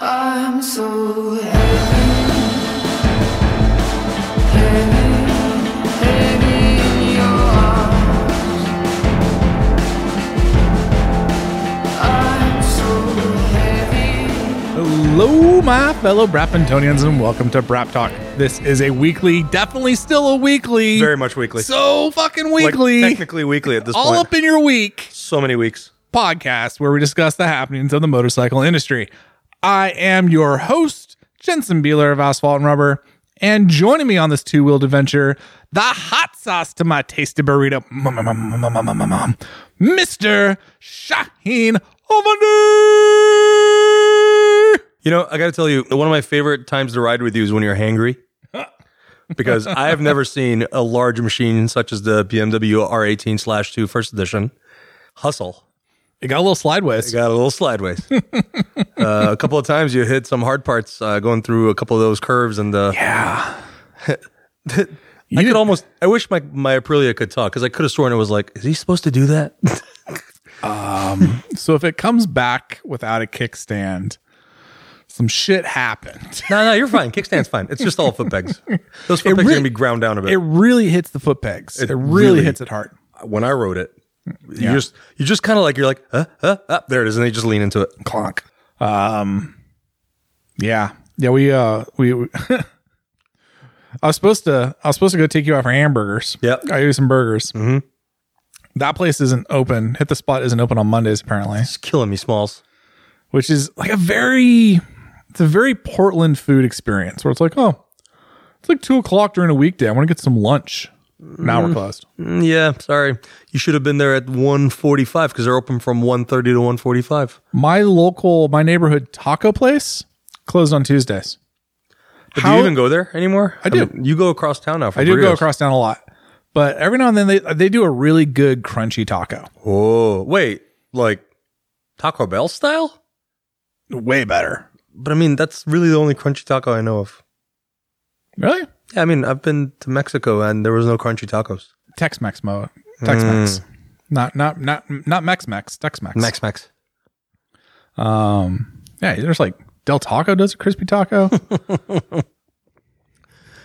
I'm so heavy, heavy, heavy in your arms. I'm so heavy. Hello, my fellow Braptonians, and welcome to Brap Talk. This is a weekly, definitely still a weekly, Very much weekly. so fucking Like, weekly, technically weekly at this all point. up in your week so many weeks. podcast where we discuss the happenings of the motorcycle industry. I am your host, Jensen Beeler of Asphalt and Rubber, and joining me on this two wheeled adventure, the hot sauce to my tasty burrito, Mister Shaheen Ovandi. You know, I got to tell you, one of my favorite times to ride with you is when you're hangry. because I have never seen a large machine such as the BMW R18 slash 2 first edition hustle. It got a little It sideways. got a little sideways. uh, a couple of times you hit some hard parts uh, going through a couple of those curves and the. Yeah. I could almost. I wish my my Aprilia could talk because I could have sworn it was like, is he supposed to do that? So if it comes back without a kickstand, some shit happened. no, no, you're fine. Kickstand's fine. It's just all foot pegs. Those foot pegs really- are gonna be ground down a bit. It really hits the foot pegs. It, It really, really- hits it hard. when I wrote it, Yeah. you just you just kind of like you're like uh, uh, uh, there it is, and they just lean into it. Clonk. Um, yeah, yeah. We uh, we. we- I was supposed to. I was supposed to go take you out for hamburgers. Yep. I do some burgers. Mm-hmm. That place isn't open. Hit the spot isn't open on Mondays apparently, It's killing me, Smalls. which is like a very. It's a very Portland food experience where it's like, oh, it's like two o'clock during a weekday. I want to get some lunch. Now we're closed. Mm, yeah, sorry. You should have been there at 1:45 because they're open from 1:30 to 1:45. My local, my neighborhood taco place closed on Tuesdays. But do How- you even go there anymore? I do. you go across town now. For I do go across town a lot, but every now and then they they do a really good crunchy taco. Oh wait, like Taco Bell style? Way better. But I mean, that's really the only crunchy taco I know of. Really? Yeah, I mean, I've been to Mexico and there was no crunchy tacos. Tex Mex mo Tex Mex. Not not not not Mex Mex. Tex Mex. Mm. Mex Mex. Um yeah, there's like Del Taco does a crispy taco.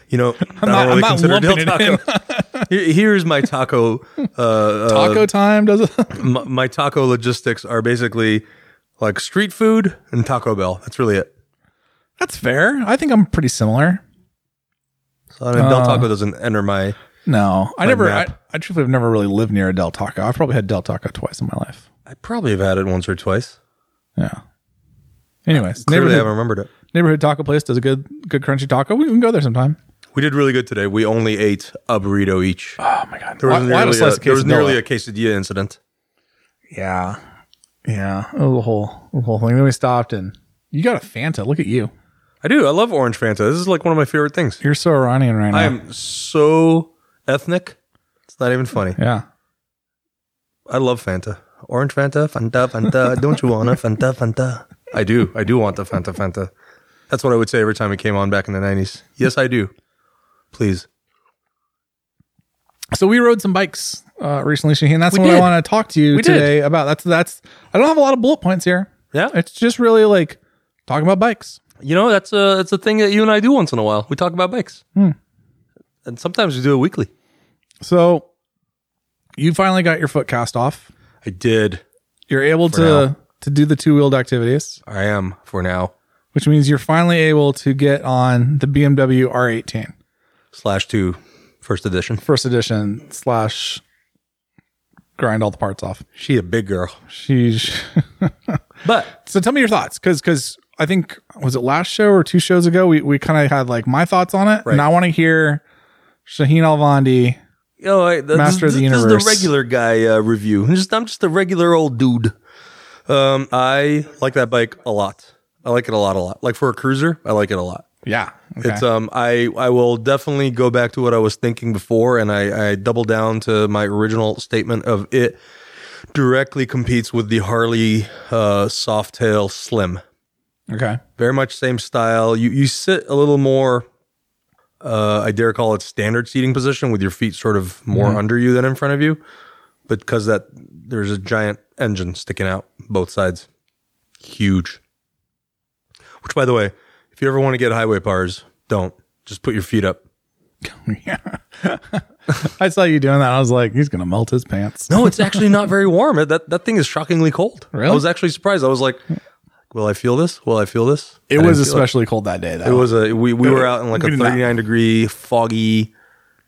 You know, not- I'm I do not I'm really not consider Del lumping it in. Taco. Here- Here's my taco uh, taco time does a my, my taco logistics are basically like street food and Taco Bell. That's really it. That's fair. I think I'm pretty similar. So I mean, Uh. Del Taco doesn't enter my. No. I never I, map. I truthfully have never really lived near a Del Taco. I've probably had Del Taco twice in my life. I probably have had it once or twice. Yeah. Anyways, Clearly, I haven't neighborhood, remembered it. neighborhood taco place does a good good crunchy taco. We can go there sometime. We did really good today. We only ate a burrito each. Oh my god. There was, Why- why nearly, slice a, of there was quesadilla? nearly a quesadilla incident. Yeah. Yeah. Oh, the whole the whole thing. Then we stopped and you got a Fanta. Look at you. I do. I love orange Fanta. This is like one of my favorite things. You're so Iranian right now. I am so ethnic. It's not even funny. Yeah. I love Fanta. Orange Fanta, Fanta, Fanta. Don't you wanna Fanta, Fanta? I do. I do want the Fanta, Fanta. That's what I would say every time it came on back in the nineties. Yes, I do. Please. So we rode some bikes uh, recently, Shaheen. That's We what I did. want to talk to you We did. today about. That's that's. I don't have a lot of bullet points here. Yeah. It's just really like talking about bikes. You know, that's a that's a thing that you and I do once in a while. We talk about bikes, and sometimes we do it weekly. So you finally got your foot cast off. I did. You're able to to do the two wheeled activities, I am for now. which means you're finally able to get on the BMW R18 Slash two, first edition. first edition slash grind all the parts off. She a big girl, Sheesh. but so tell me your thoughts, because because I think was it last show or two shows ago we we kind of had like my thoughts on it, and I want to hear Shaheen Alvandi. oh, I, this, Master of this- the this is universe. the regular guy uh, review. I'm just I'm just a regular old dude. Um, I like that bike a lot. I like it a lot, a lot. Like for a cruiser, I like it a lot. Yeah, It's um, I I will definitely go back to what I was thinking before, and I I double down to my original statement of it directly competes with the Harley uh, Softail Slim. okay. Very much same style. You you sit a little more. Uh, I dare call it standard seating position with your feet sort of more under you than in front of you, because that there's a giant engine sticking out both sides, huge. Which, by the way, if you ever want to get highway bars, don't just put your feet up. I saw you doing that. I was like, he's gonna melt his pants. No, it's actually not very warm. It- That that thing is shockingly cold. Really? I was actually surprised. I was like, "Will I feel this? Will I feel this?" It I was didn't feel especially cold that day. Though. It was a we, we were out in like Oh. Uh, We a did not- 39 degree foggy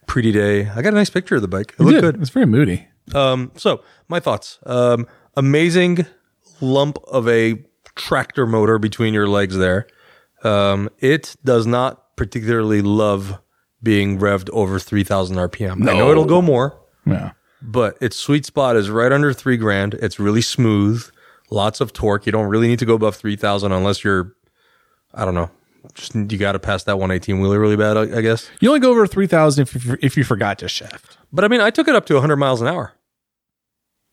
pretty day. I got a nice picture of the bike. It It looked did. good. It was very moody. Um, so my thoughts. Um, amazing lump of a tractor motor between your legs there. Um, it does not particularly love being revved over 3000 RPM. I know it'll go more, Yeah. but its sweet spot is right under three grand. It's really smooth, lots of torque. You don't really need to go above 3000 unless you're, I don't know, just you got to pass that 118 wheeler really bad, I, I guess. You only go over three thousand if you, if you forgot to shift But I mean, I took it up to 100 miles an hour.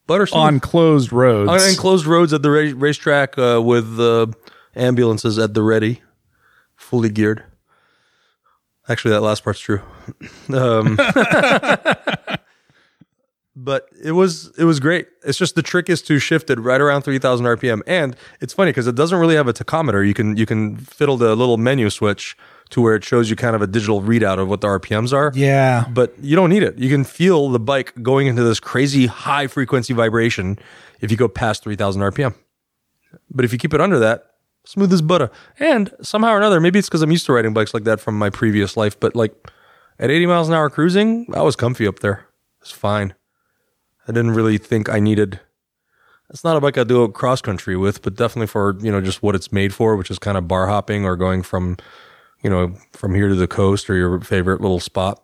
Butter smooth. on closed roads. on Uh, enclosed roads at the ra- racetrack uh, with the ambulances at the ready, fully geared. Actually, that last part's true. Um, but it was it was great. It's just the trick is to shift it right around three thousand RPM, and it's funny because it doesn't really have a tachometer. You can you can fiddle the little menu switch to where it shows you kind of a digital readout of what the RPMs are yeah. but you don't need it. You can feel the bike going into this crazy high frequency vibration if you go past 3000 RPM. But if you keep it under that, smooth as butter. And somehow or another, maybe it's because I'm used to riding bikes like that from my previous life, but like at 80 miles an hour cruising, I was comfy up there. It's fine. I didn't really think I needed. It's not a bike I'd do cross country with, but definitely for, you know, just what it's made for, which is kind of bar hopping or going from, you know, from here to the coast or your favorite little spot.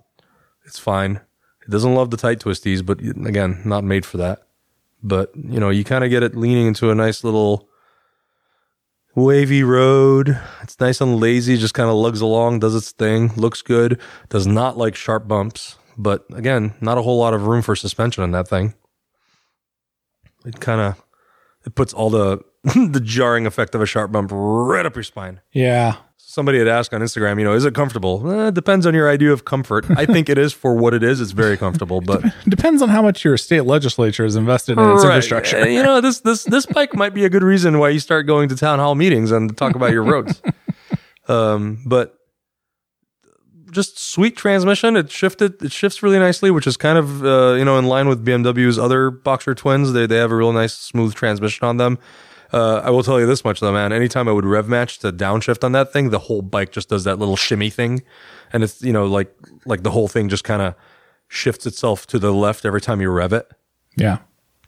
It's fine. It doesn't love the tight twisties, but again, not made for that. But you know, you kind of get it leaning into a nice little wavy road. It's nice and lazy, just kind of lugs along, does its thing, looks good, does not like sharp bumps, but again, not a whole lot of room for suspension on that thing. It kind of it puts all the the jarring effect of a sharp bump right up your spine Yeah. somebody had asked on Instagram, you know, is it comfortable? Eh, it depends on your idea of comfort. I think it is for what it is. It's very comfortable, but Depends on how much your state legislature is invested in its Right. infrastructure. Eh, You know, this this this bike might be a good reason why you start going to town hall meetings and talk about your roads. Um, but just sweet transmission. It shifted. It shifts really nicely, which is kind of uh, you know in line with BMW's other Boxer Twins. They they have a real nice smooth transmission on them. Uh, I will tell you this much though, man. Anytime I would rev match to downshift on that thing, the whole bike just does that little shimmy thing, and it's you know like like the whole thing just kind of shifts itself to the left every time you rev it. Yeah.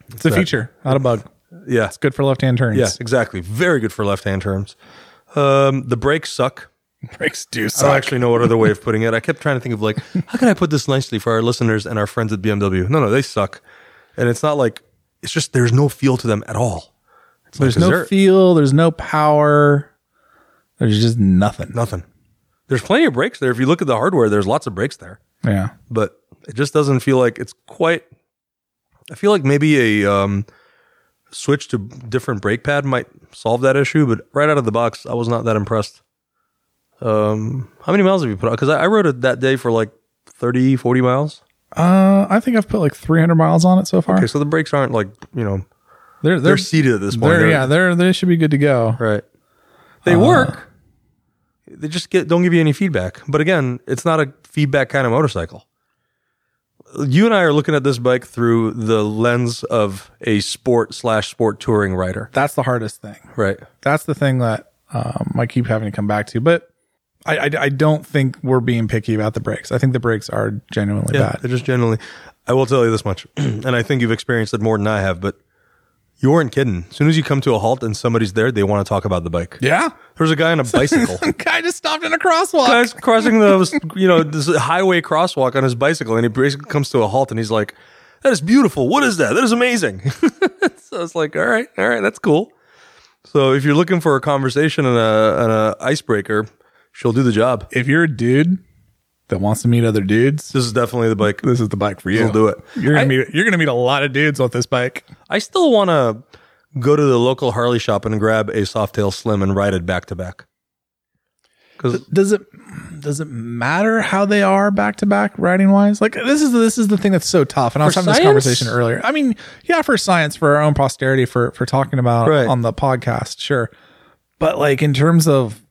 It's a feature, not a bug. Yeah, It's good for left hand turns. Yes, exactly. Very good for left hand turns. Um, the brakes suck. Brakes do I don't suck. actually know what other way of putting it. I kept trying to think of like, how can I put this nicely for our listeners and our friends at BMW? No, no, they suck. And it's not like it's just there's no feel to them at all. It's There's like, is no there- feel, there's no power. There's just nothing. nothing. There's plenty of brakes there. If you look at the hardware, there's lots of brakes there. Yeah. but it just doesn't feel like it's quite. I feel like maybe a um, switch to different brake pad might solve that issue, but right out of the box, I was not that impressed. Um, how many miles have you put out? Because I, I rode it that day for like 30, 40 miles. Uh, I think I've put like 300 miles on it so far. Okay, so the brakes aren't like, you know, they're, they're they're, seated at this point. they're, They're- yeah, they're, they should be good to go. Right. Uh, They work. They just get don't give you any feedback. But again, it's not a feedback kind of motorcycle. You and I are looking at this bike through the lens of a sport slash sport touring rider. That's the hardest thing. Right. That's the thing that um, I keep having to come back to. But I, I, I don't think we're being picky about the brakes. I think the brakes are genuinely Yeah. bad. They're just generally I will tell you this much, and I think you've experienced it more than I have, but you weren't kidding. As soon as you come to a halt and somebody's there, they want to talk about the bike. Yeah. There's a guy on a bicycle. Guy just stopped in a crosswalk. guy's crossing the you know this highway crosswalk on his bicycle, and he basically comes to a halt, and he's like, "That is beautiful. What is that? That is amazing." so it's like, all right, all right, that's cool. So if you're looking for a conversation and a and a icebreaker, she'll do the job. if you're a dude that wants to meet other dudes, This is definitely the bike. this is the bike for you. We'll do it. You're gonna I- meet you're gonna meet a lot of dudes with this bike. I still want to go to the local Harley shop and grab a Softail Slim and ride it back to back. Because Does it does it matter how they are back to back riding wise? Like this is this is the thing that's so tough. And I was For having this science? conversation earlier. I mean, yeah, for science, for our own posterity, for for talking about Right. on the podcast, sure. But like in terms of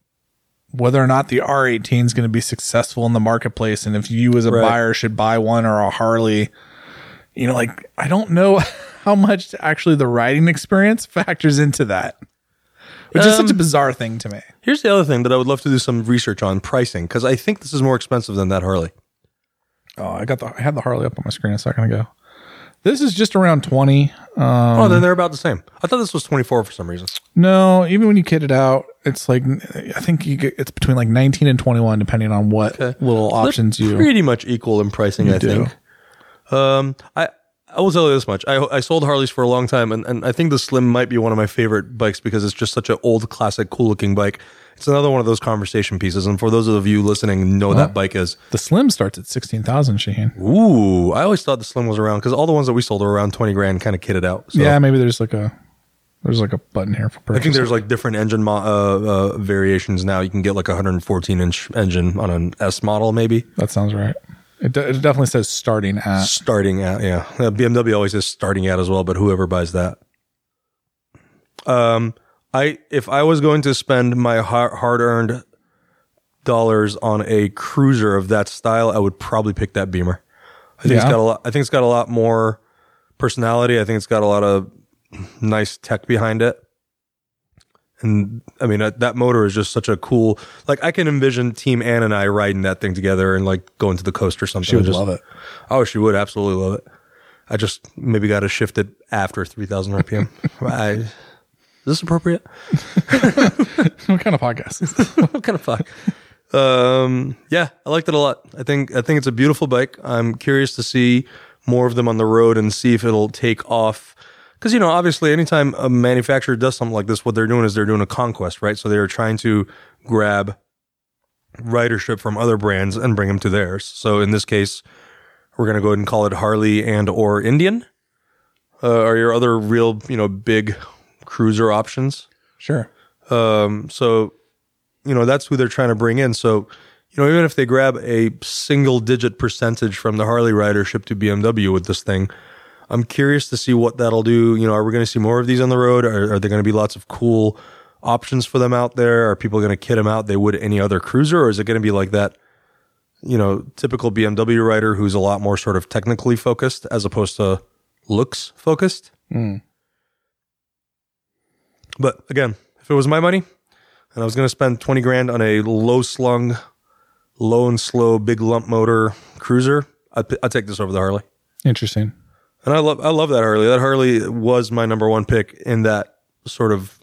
whether or not the R18 is going to be successful in the marketplace, and if you as a Right. buyer should buy one or a Harley, you know, like I don't know how much actually the riding experience factors into that, which is Um, such a bizarre thing to me. Here's the other thing that I would love to do some research on pricing because I think this is more expensive than that Harley. Oh, I got the I had the Harley up on my screen a second ago. This is just around 20. Um, oh, then they're about the same. I thought this was 24 for some reason. no, even when you kid it out, it's like I think you get it's between like 19 and 21 depending on what little They're options you pretty much equal in pricing. I do. think. Um, I I will tell you this much. I I sold Harleys for a long time, and, and I think the Slim might be one of my favorite bikes because it's just such an old, classic, cool looking bike. It's another one of those conversation pieces. And for those of you listening, know that bike is. The Slim starts at 16,000 Shaheen. Ooh, I always thought the Slim was around because all the ones that we sold were around twenty grand, kind of kitted out. So Yeah, maybe there's like a there's like a button here for I purchase. think there's like different engine mo- uh, uh, variations now. You can get like a 114 inch engine on an S model, maybe that sounds right. It, de- it definitely says starting at. starting at yeah. Uh, BMW always is starting at as well, but whoever buys that. Um, I if I was going to spend my hard earned dollars on a cruiser of that style, I would probably pick that Beamer. I think it's Yeah. got a lot. I think it's got a lot more personality. I think it's got a lot of nice tech behind it. And I mean, uh, that motor is just such a cool. Like, I can envision Team Ann and I riding that thing together and like going to the coast or something. She would Just- love it. Oh, she would absolutely love it. I just maybe got to shift it after 3,000 RPM. I, is this appropriate? what kind of podcast is this? what kind of fuck? Um, yeah, I liked it a lot. I think I think it's a beautiful bike. I'm curious to see more of them on the road and see if it'll take off. Because you know, obviously, anytime a manufacturer does something like this, what they're doing is they're doing a conquest, right? So they're trying to grab ridership from other brands and bring them to theirs. So in this case, we're gonna go ahead and call it Harley and or Indian. Uh, are your other real, you know, big cruiser options? Sure. Um, so, you know, that's who they're trying to bring in. So, you know, even if they grab a single digit percentage from the Harley ridership to BMW with this thing, I'm curious to see what that'll do. You know, are we going to see more of these on the road? Are, are there going to be lots of cool options for them out there? Are people going to kid them out they would any other cruiser? Or is it going to be like that, you know, typical BMW rider who's a lot more sort of technically focused as opposed to looks focused? Hmm. But again, if it was my money and I was going to spend 20 grand on a low slung, low and slow, big lump motor cruiser, I'd, p- I'd take this over the Harley. Interesting. And I love, I love that Harley. That Harley was my number one pick in that sort of,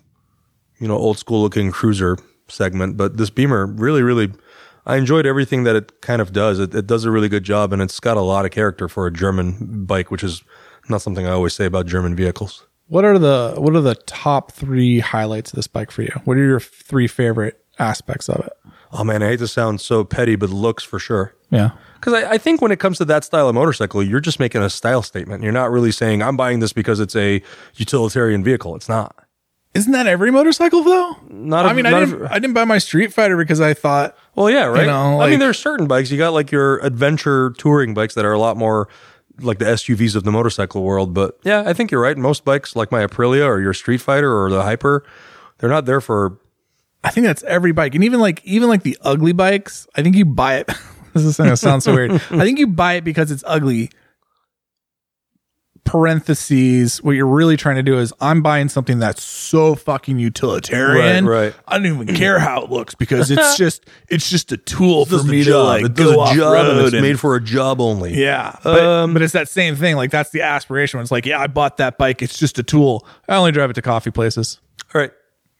you know, old school looking cruiser segment. But this Beamer really, really, I enjoyed everything that it kind of does. It, it does a really good job and it's got a lot of character for a German bike, which is not something I always say about German vehicles. What are the what are the top 3 highlights of this bike for you? What are your three favorite aspects of it? Oh man, I hate to sound so petty, but looks for sure. Yeah. Because I, I think when it comes to that style of motorcycle, you're just making a style statement. You're not really saying, I'm buying this because it's a utilitarian vehicle. It's not. Isn't that every motorcycle though? Not a- I mean, not I a- didn't. I didn't buy my Street Fighter because I thought Well, yeah, right. know, I mean, like- there are certain bikes. You got like your adventure touring bikes that are a lot more like the SUVs of the motorcycle world. But yeah, I think you're right. Most bikes, like my Aprilia or your Street Fighter or the Hyper, they're not there for. I think that's every bike, and even like even like the ugly bikes. I think you buy it. this is going to sound so weird. I think you buy it because it's ugly. Parentheses. What you're really trying to do is, I'm buying something that's so fucking utilitarian. Right, right. I don't even care how it looks because it's just it's just a tool for Does the me to job. like it does go a off job and road. it's made for a job only. yeah, but, Um, but it's that same thing. Like that's the aspiration. It's like, yeah, I bought that bike. It's just a tool. I only drive it to coffee places. All right.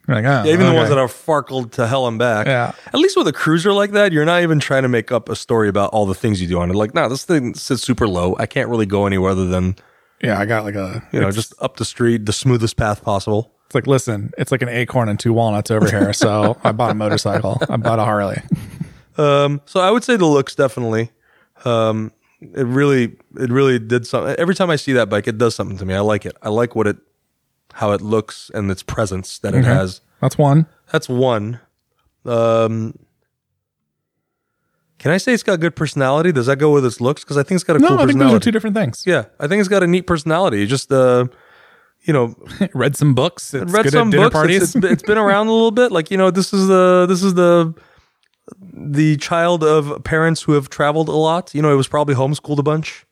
You're like, ah, Yeah, even the okay. ones that are farkled to hell and back. Yeah. At least with a cruiser like that, you're not even trying to make up a story about all the things you do on it. Like, nah, this thing sits super low. I can't really go anywhere other than, yeah, I got like a you know, just up the street, the smoothest path possible. It's like, listen, it's like an acorn and two walnuts over here. So I bought a motorcycle. I bought a Harley. Um, so I would say the looks definitely. Um, it really, it really did something. Every time I see that bike, it does something to me. I like it. I like what it, how it looks and its presence that it has. That's one. That's one. Um, can I say it's got good personality? Does that go with its looks? Because I think it's got a No, cool I think those are personality. two different things. yeah, I think it's got a neat personality. It Just uh, you know, read some books. It's read good some at dinner books. parties. It's, it's, it's been around a little bit. Like you know, this is the this is the the child of parents who have traveled a lot. You know, it was probably homeschooled a bunch.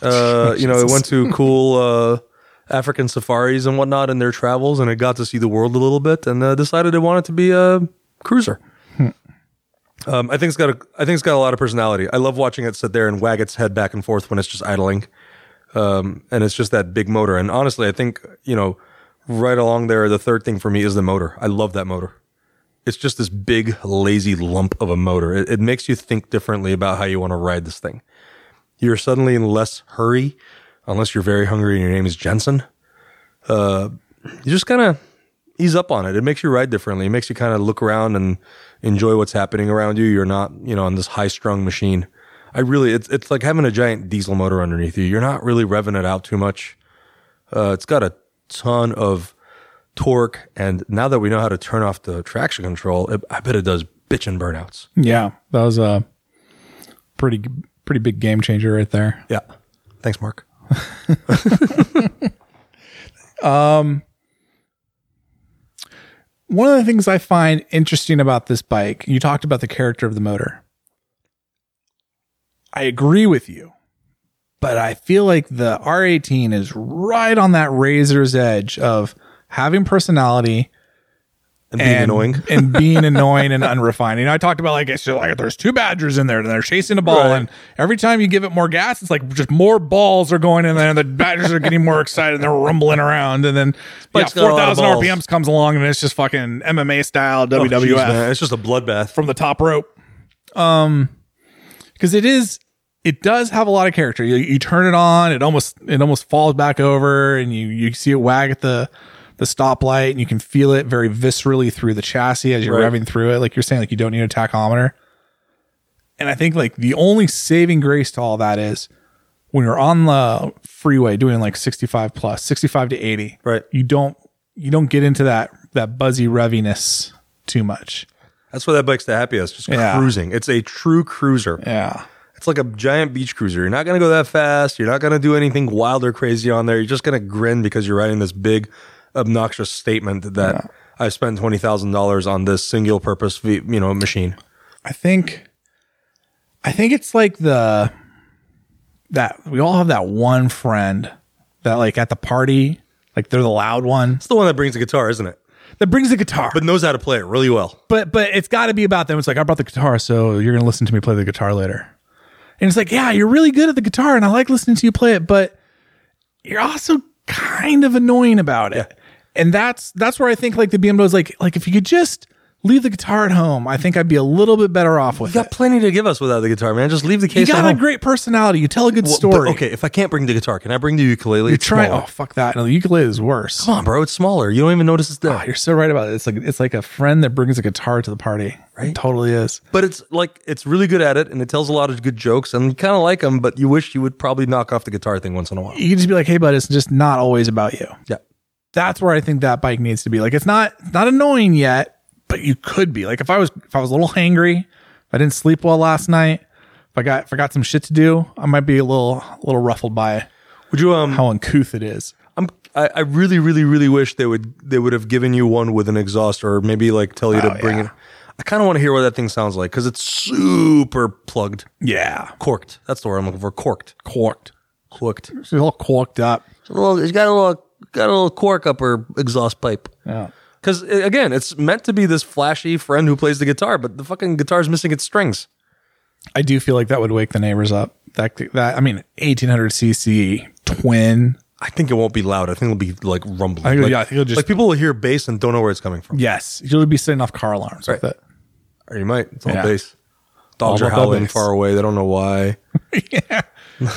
Uh, you know, it went to cool uh, African safaris and whatnot in their travels, and it got to see the world a little bit, and uh, decided it wanted to be a cruiser. Hmm. Um, I think it's got a I think it's got a lot of personality. I love watching it sit there and wag its head back and forth when it's just idling and it's just that big motor. And honestly, I think you know, right along there, the third thing for me is the motor. I love that motor. It's just this big lazy lump of a motor. It, it makes you think differently about how you want to ride this thing. You're suddenly in less hurry, unless you're very hungry and your name is Jensen. Uh, you just kind of ease up on it. It makes you ride differently. It makes you kind of look around and enjoy what's happening around you. You're not, you know, on this high strung machine. I really, it's, it's like having a giant diesel motor underneath you. You're not really revving it out too much. Uh, it's got a ton of torque. And now that we know how to turn off the traction control, it, I bet it does bitchin' burnouts. yeah, that was a pretty pretty big game changer right there. Yeah. Thanks, Mark. One of the things I find interesting about this bike, you talked about the character of the motor. I agree with you, but I feel like the R18 is right on that razor's edge of having personality And being annoying. and being annoying and unrefined. You know, I talked about like it's just like there's two badgers in there and they're chasing a ball, Right. and every time you give it more gas, it's like just more balls are going in there, and the badgers are getting more excited and they're rumbling around, and then yeah, bike's got a lot four of thousand balls. RPMs comes along and it's just fucking MMA style Oh, WWF jeez, man, it's just a bloodbath. from the top rope. Um, because it is, it does have a lot of character. You, you turn it on, it almost it almost falls back over, and you you see it wag at the the stoplight, and you can feel it very viscerally through the chassis as you're Right. revving through it. Like you're saying, like you don't need a tachometer. And I think like the only saving grace to all that is when you're on the freeway doing like 65 plus, 65 to 80. Right. You don't you don't get into that that buzzy reviness too much. That's why that bike's the happiest. Just Yeah. cruising. It's a true cruiser. Yeah. It's like a giant beach cruiser. You're not going to go that fast. You're not going to do anything wild or crazy on there. You're just going to grin because you're writing this big, obnoxious statement that I spent twenty thousand dollars on this single purpose, ve- you know, machine. I think I think it's like the that we all have that one friend that like at the party, like they're the loud one It's the one that brings the guitar, isn't it? that brings the guitar. But But knows how to play it really well. but but it's got to be about them. It's like I brought the guitar, so you're going to listen to me play the guitar later. And it's like, yeah, you're really good at the guitar and I like listening to you play it, but you're also kind of annoying about it. And that's that's where I think like the BMW is like like if you could just leave the guitar at home, I think I'd be a little bit better off with You it. got plenty to give us without the guitar, man. Just leave the You case. at got a home. great personality. You tell a good Well, but, story. okay, if I can't bring the guitar, can I bring the ukulele? You're It's trying. smaller. Oh fuck that! No, the ukulele is worse. Come on, bro. It's smaller. You don't even notice it's there. Oh, You're so right about it. It's like it's like a friend that brings a guitar to the party. Right? It totally is. but it's like it's really good at it and it tells a lot of good jokes and you kind of like them but you wish you would probably knock off the guitar thing once in a while You can just be like, hey, bud, it's just not always about you. yeah That's where I think that bike needs to be. Like, it's not it's not annoying yet, but you could be. Like, if I was if I was a little hangry, if I didn't sleep well last night, if I got if I got some shit to do, I might be a little a little ruffled by would you um how uncouth it is. I'm, I, I really really really wish they would they would have given you one with an exhaust or maybe like tell you to bring it i kind of want to hear what that thing sounds like because it's super plugged Yeah, corked that's the word i'm looking for corked corked. corked It's all corked up. it's, a little, it's got a little got a little cork up her exhaust pipe Yeah. because again it's meant to be this flashy friend who plays the guitar but the fucking guitar's missing its strings I do feel like that would wake the neighbors up. That that I mean, eighteen hundred cc twin. I think it won't be loud. I think it'll be like rumbling. think- like, yeah, I think it'll just- like people will hear bass and don't know where it's coming from. Yes, you'll be setting off car alarms with it. Or you might. It's all Yeah. bass. Dogs All are about howling bass. far away. They don't know why. yeah,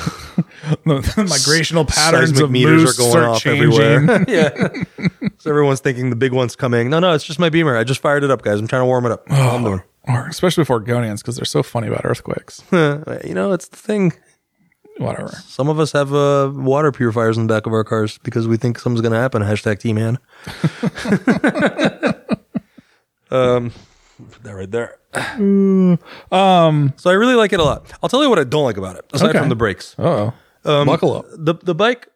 the, the migrational patterns Seismic of meters are going off everywhere. yeah. so everyone's thinking the big one's coming. No, no, it's just my beamer. I just fired it up, guys. I'm trying to warm it up. Oh. That's all I'm doing. or especially for Oregonians because they're so funny about earthquakes. You know, it's the thing. Whatever. Some of us have uh, water purifiers in the back of our cars because we think something's going to happen. Hashtag T man. um, put Um, that right there. um, so I really like it a lot. I'll tell you what I don't like about it, aside Okay. from the brakes. Oh, buckle up. The the bike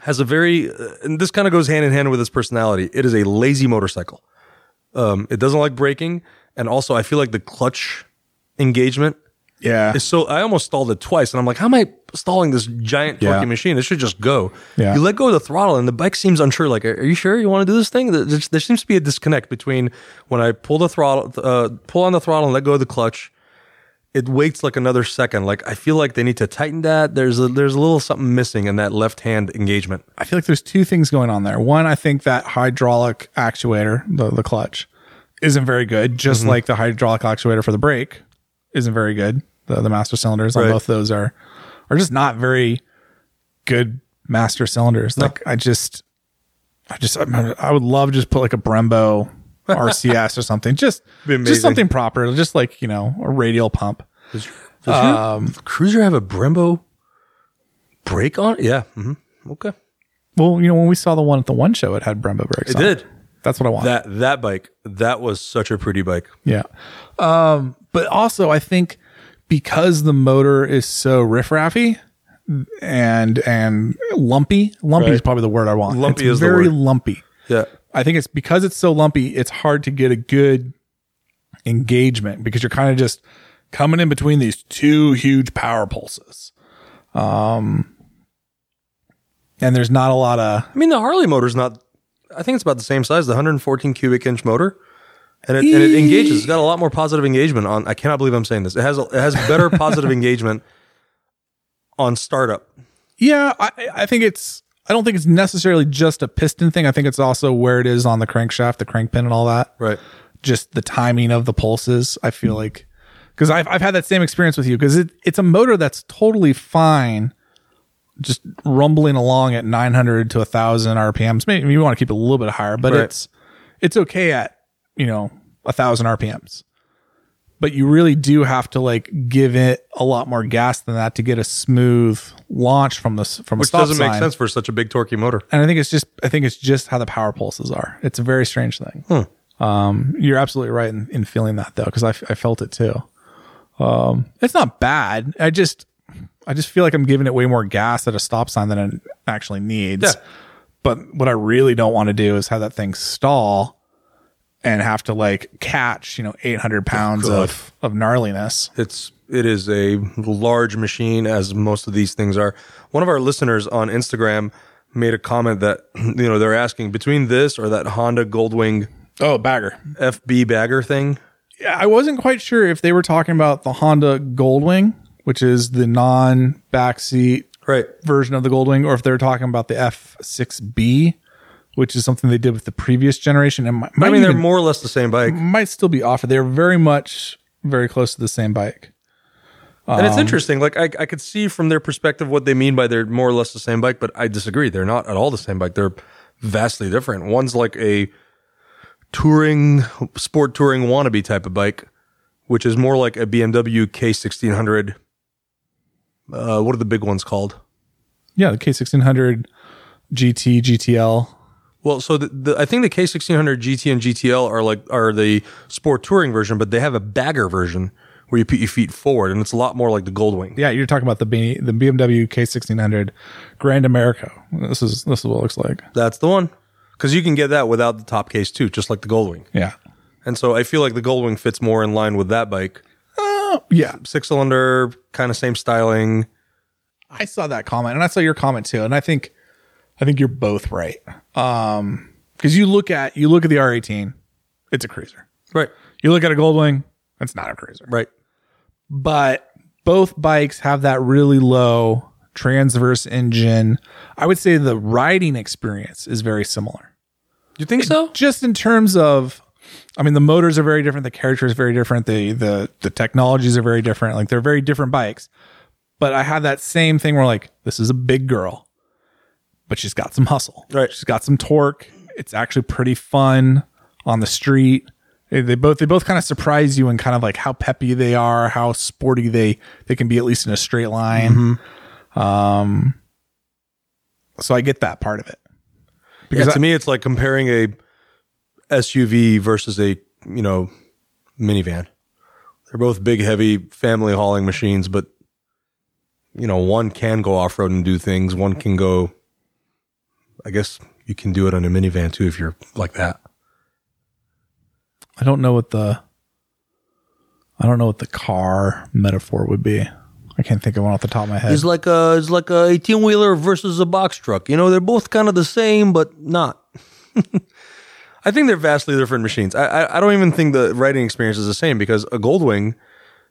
has a very, uh, and this kind of goes hand in hand with his personality. It is a lazy motorcycle. Um, it doesn't like braking, and also I feel like the clutch engagement Yeah. is so. I almost stalled it twice, and I'm like, how am I stalling this giant Yeah. torquey machine? This should just go. Yeah. You let go of the throttle, and the bike seems unsure. Like, are you sure you want to do this thing? There, there- there seems to be a disconnect between when I pull the throttle, uh, pull on the throttle, and let go of the clutch. It waits like another second. Like I feel like they need to tighten that. There's a, there's a little something missing in that left hand engagement. I feel like there's two things going on there. One, I think that hydraulic actuator, the, the clutch, isn't very good, just Mm-hmm. like the hydraulic actuator for the brake isn't very good. The, the master cylinders on Right. both those are are just not very good master cylinders. Like I just I just I I would love to just put like a Brembo RCS or something. Just Be just amazing. something proper, just like, you know, a radial pump. Does, does Um, your cruiser have a Brembo brake on? it? Yeah. hmm Okay. Well, you know, when we saw the one at the one show, it had Brembo brakes. It on did. That's what I want. That that bike. That was such a pretty bike. Yeah. Um, but also I think because the motor is so riffraffy and and lumpy, lumpy is Right. probably the word I want. Lumpy it's is the very word. lumpy. Yeah. I think it's because it's so lumpy, it's hard to get a good engagement because you're kind of just coming in between these two huge power pulses. Um and there's not a lot of I mean, the Harley motor's not. I think it's about the same size, the 114 cubic inch motor, and it, and it engages. It's got a lot more positive engagement on. I cannot believe I'm saying this. It has a, it has better positive engagement on startup. Yeah, I, I think it's. I don't think it's necessarily just a piston thing. I think it's also where it is on the crankshaft, the crank pin, and all that. Right. Just the timing of the pulses. I feel like because I've I've had that same experience with you because it, it's a motor that's totally fine, just rumbling along at 900 to 1,000 RPMs. Maybe you want to keep it a little bit higher, but Right. it's it's okay at you know 1,000 RPMs. But you really do have to like give it a lot more gas than that to get a smooth launch from this from a Which stop doesn't sign make sense for such a big torquey motor. and I think it's just I think it's just how the power pulses are. It's a very strange thing. Um, you're absolutely right in, in feeling that though, because I, f- I felt it too. Um, it's not bad. I just I just feel like I'm giving it way more gas at a stop sign than it actually needs. Yeah. But what I really don't want to do is have that thing stall and have to like catch you know 800 pounds God. of of gnarliness. it's it is a large machine as most of these things are one of our listeners on instagram made a comment that you know they're asking between this or that honda goldwing Oh, bagger. fb bagger thing Yeah, I wasn't quite sure if they were talking about the Honda Goldwing, which is the non backseat right version of the Goldwing, or if they're talking about the F6B, which is something they did with the previous generation. And might, i might mean they're even- more or less the same bike might still be offered. They're very much very close to the same bike. and it's interesting like I, I could see from their perspective what they mean by they're more or less the same bike but i disagree they're not at all the same bike they're vastly different one's like a touring sport touring wannabe type of bike which is more like a bmw k1600 uh, what are the big ones called Yeah, the K1600 GT, GTL. Well, so the, the, I think the K1600 GT and GTL are like are the sport touring version, but they have a bagger version where you put your feet forward, and it's a lot more like the Goldwing. Yeah, you're talking about the B, the BMW K1600 Grand America. This is this is what it looks like. That's the one, because you can get that without the top case too, just like the Goldwing. Yeah. And so I feel like the Goldwing fits more in line with that bike. Oh, Yeah, Six cylinder, kind of same styling. I saw that comment and I saw your comment too. And I think, I think you're both right. Um, cause you look at, you look at the R18, it's a cruiser. Right, You look at a Goldwing, it's not a cruiser. right. But both bikes have that really low transverse engine. I would say the riding experience is very similar. You think so? Just in terms of, I mean, the motors are very different. The character is very different. The, the, the technologies are very different. Like they're very different bikes. But I had that same thing where like, this is a big girl, but she's got some hustle. Right. She's got some torque. It's actually pretty fun on the street. They, they both, they both kind of surprise you and kind of like how peppy they are, how sporty they, they can be, at least in a straight line. Um, so I get that part of it. Because to me, it's like comparing a SUV versus a you know minivan. They're both big, heavy family hauling machines, but you know one can go off road and do things. One can go I guess you can do it on a minivan too if you're like that. I don't know what the I don't know what the car metaphor would be. I can't think of one off the top of my head. It's like a it's like a eighteen wheeler versus a box truck. You know, they're both kind of the same, but not. I think they're vastly different machines. I, I I don't even think the writing experience is the same because a Goldwing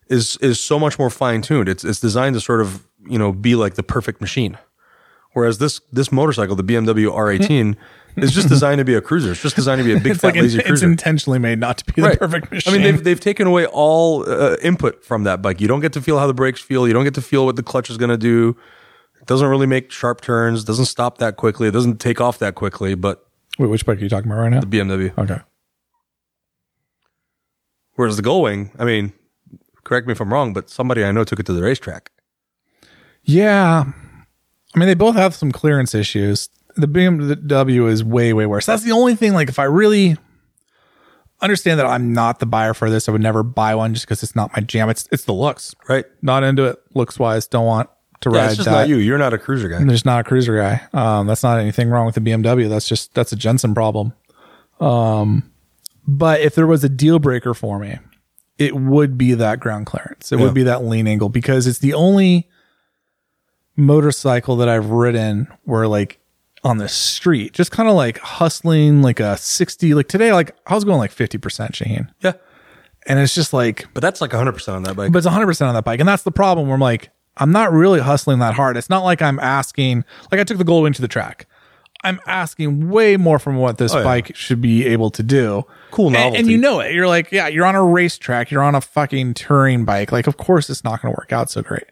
is is so much more fine tuned. It's it's designed to sort of you know be like the perfect machine, whereas this this motorcycle, the BMW R18, is just designed to be a cruiser. Hmm. It's just designed to be a big it's fat like lazy in- it's cruiser. intentionally made not to be the Right. perfect machine. I mean, they've, they've taken away all uh, input from that bike. You don't get to feel how the brakes feel. You don't get to feel what the clutch is going to do. It doesn't really make sharp turns. Doesn't stop that quickly. It doesn't take off that quickly. But Wait, which bike are you talking about right now? BMW. Okay. Whereas the Gullwing, I mean, correct me if I'm wrong, but somebody I know took it to the racetrack. Yeah. I mean, they both have some clearance issues. The BMW is way, way worse. That's the only thing, like, if I really understand that I'm not the buyer for this, I would never buy one just because it's not my jam. It's it's the looks. Right. Not into it looks wise. Don't want to Yeah, ride it's just that. not you. You're not a cruiser guy. I'm just not a cruiser guy. Um, that's not anything wrong with the BMW. That's just that's a Jensen problem. Um, but if there was a deal breaker for me, it would be that ground clearance. It Yeah. would be that lean angle because it's the only motorcycle that I've ridden where like on the street, just kind of like hustling like a 60, like today, like I was going like 50% Shaheen. Yeah. And it's just like, But that's like 100% on that bike. but it's 100% on that bike. And that's the problem where I'm like, I'm not really hustling that hard. It's not like I'm asking, like I took the Goldwing to the track. I'm asking way more from what this Oh, yeah. bike should be able to do. Cool And- And, novelty. you know it. You're like, yeah, you're on a racetrack. You're on a fucking touring bike. Like, of course it's not going to work out so great.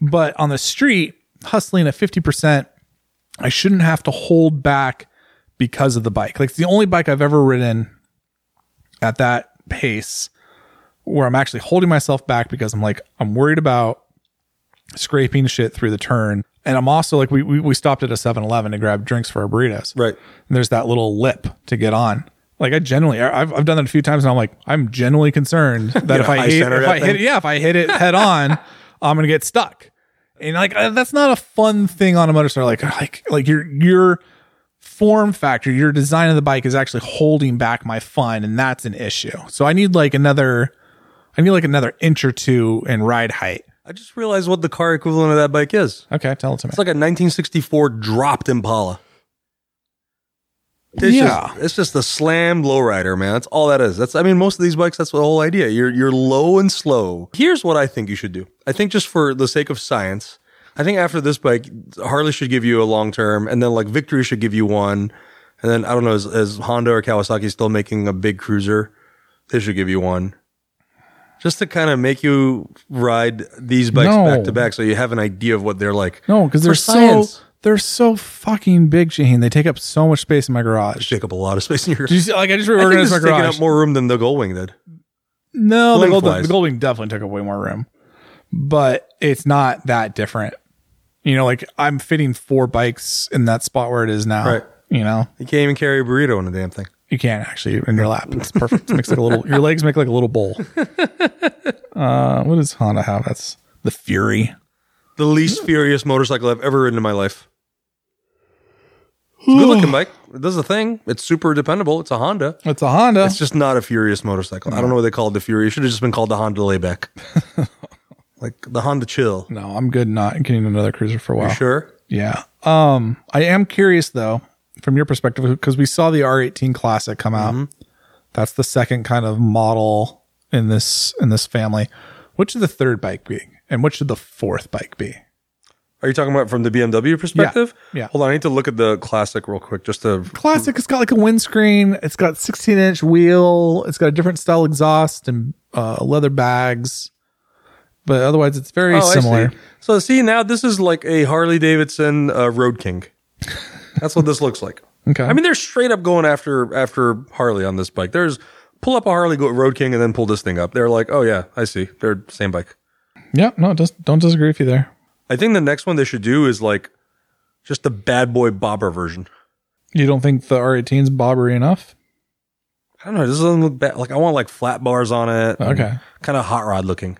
But on the street, hustling at 50%, I shouldn't have to hold back because of the bike. Like, it's the only bike I've ever ridden at that pace where I'm actually holding myself back because I'm like, I'm worried about scraping shit through the turn. And I'm also like, we, we, we stopped at a 7 Eleven to grab drinks for our burritos. right. And there's that little lip to get on. Like I generally, I- I've, I've done that a few times, and I'm like, I'm generally concerned that if I gonna high hit, center if that I hit, thing? yeah, if I hit it head on, I'm gonna get stuck. And like uh, that's not a fun thing on a motorcycle. Like uh, like like your your form factor, your design of the bike is actually holding back my fun, and that's an issue. So I need like another, I need like another inch or two in ride height. I just realized what the car equivalent of that bike is. Okay, tell it to me. It's like a 1964 dropped Impala. It's Yeah. just, it's just a slam lowrider, man. That's all that is. That's I mean, most of these bikes, that's the whole idea. You're you're low and slow. Here's what I think you should do. I think just for the sake of science, I think after this bike, Harley should give you a long term, and then like Victory should give you one, and then I don't know, is, is Honda or Kawasaki still making a big cruiser? They should give you one. Just to kind of make you ride these bikes No. back to back, so you have an idea of what they're like. no, because For they're science. so they're so fucking big, Shaheen. They take up so much space in my garage. take up a lot of space in your. Did you see, like I just I think reorganized this my is taking garage. up more room than the Goldwing did. no, the Lengthwise. Goldwing, the Goldwing definitely took up way more room, but it's not that different. You know, like I'm fitting four bikes in that spot where it is now. Right. You know, You can't even carry a burrito in the damn thing. you can't actually in your lap. It's perfect. It makes like a little. Your legs make like a little bowl. Uh, what does Honda have? That's the Fury. The least furious motorcycle I've ever ridden in my life. It's a good looking bike. It does a thing. It's super dependable. It's a Honda. It's a Honda. It's just not a furious motorcycle. I don't know what they called the Fury. It should have just been called the Honda Layback. like the Honda Chill. no, I'm good. Not getting another cruiser for a while. You sure? Yeah. Um, I am curious though, from your perspective, because we saw the R18 Classic come out. Mm-hmm. That's the second kind of model in this in this family. What should the third bike be, and what should the fourth bike be? Are you talking about from the BMW perspective? Yeah. Hold on. I need to look at the classic real quick just to. Classic. It's got like a windscreen. It's got 16 inch wheel. It's got a different style exhaust and uh, leather bags. But otherwise, it's very Oh, I see. similar. So see now this is like a Harley Davidson uh, Road King. That's what this looks like. Okay. I mean, they're straight up going after after Harley on this bike. There's pull up a Harley go, Road King and then pull this thing up. They're like, oh yeah, I see. They're same bike. yeah. No, just don't disagree with you there. I think the next one they should do is like just the bad boy bobber version. You don't think the R18 is bobbery enough? I don't know. This doesn't look bad. Like I want like flat bars on it. Okay. Kind of hot rod looking.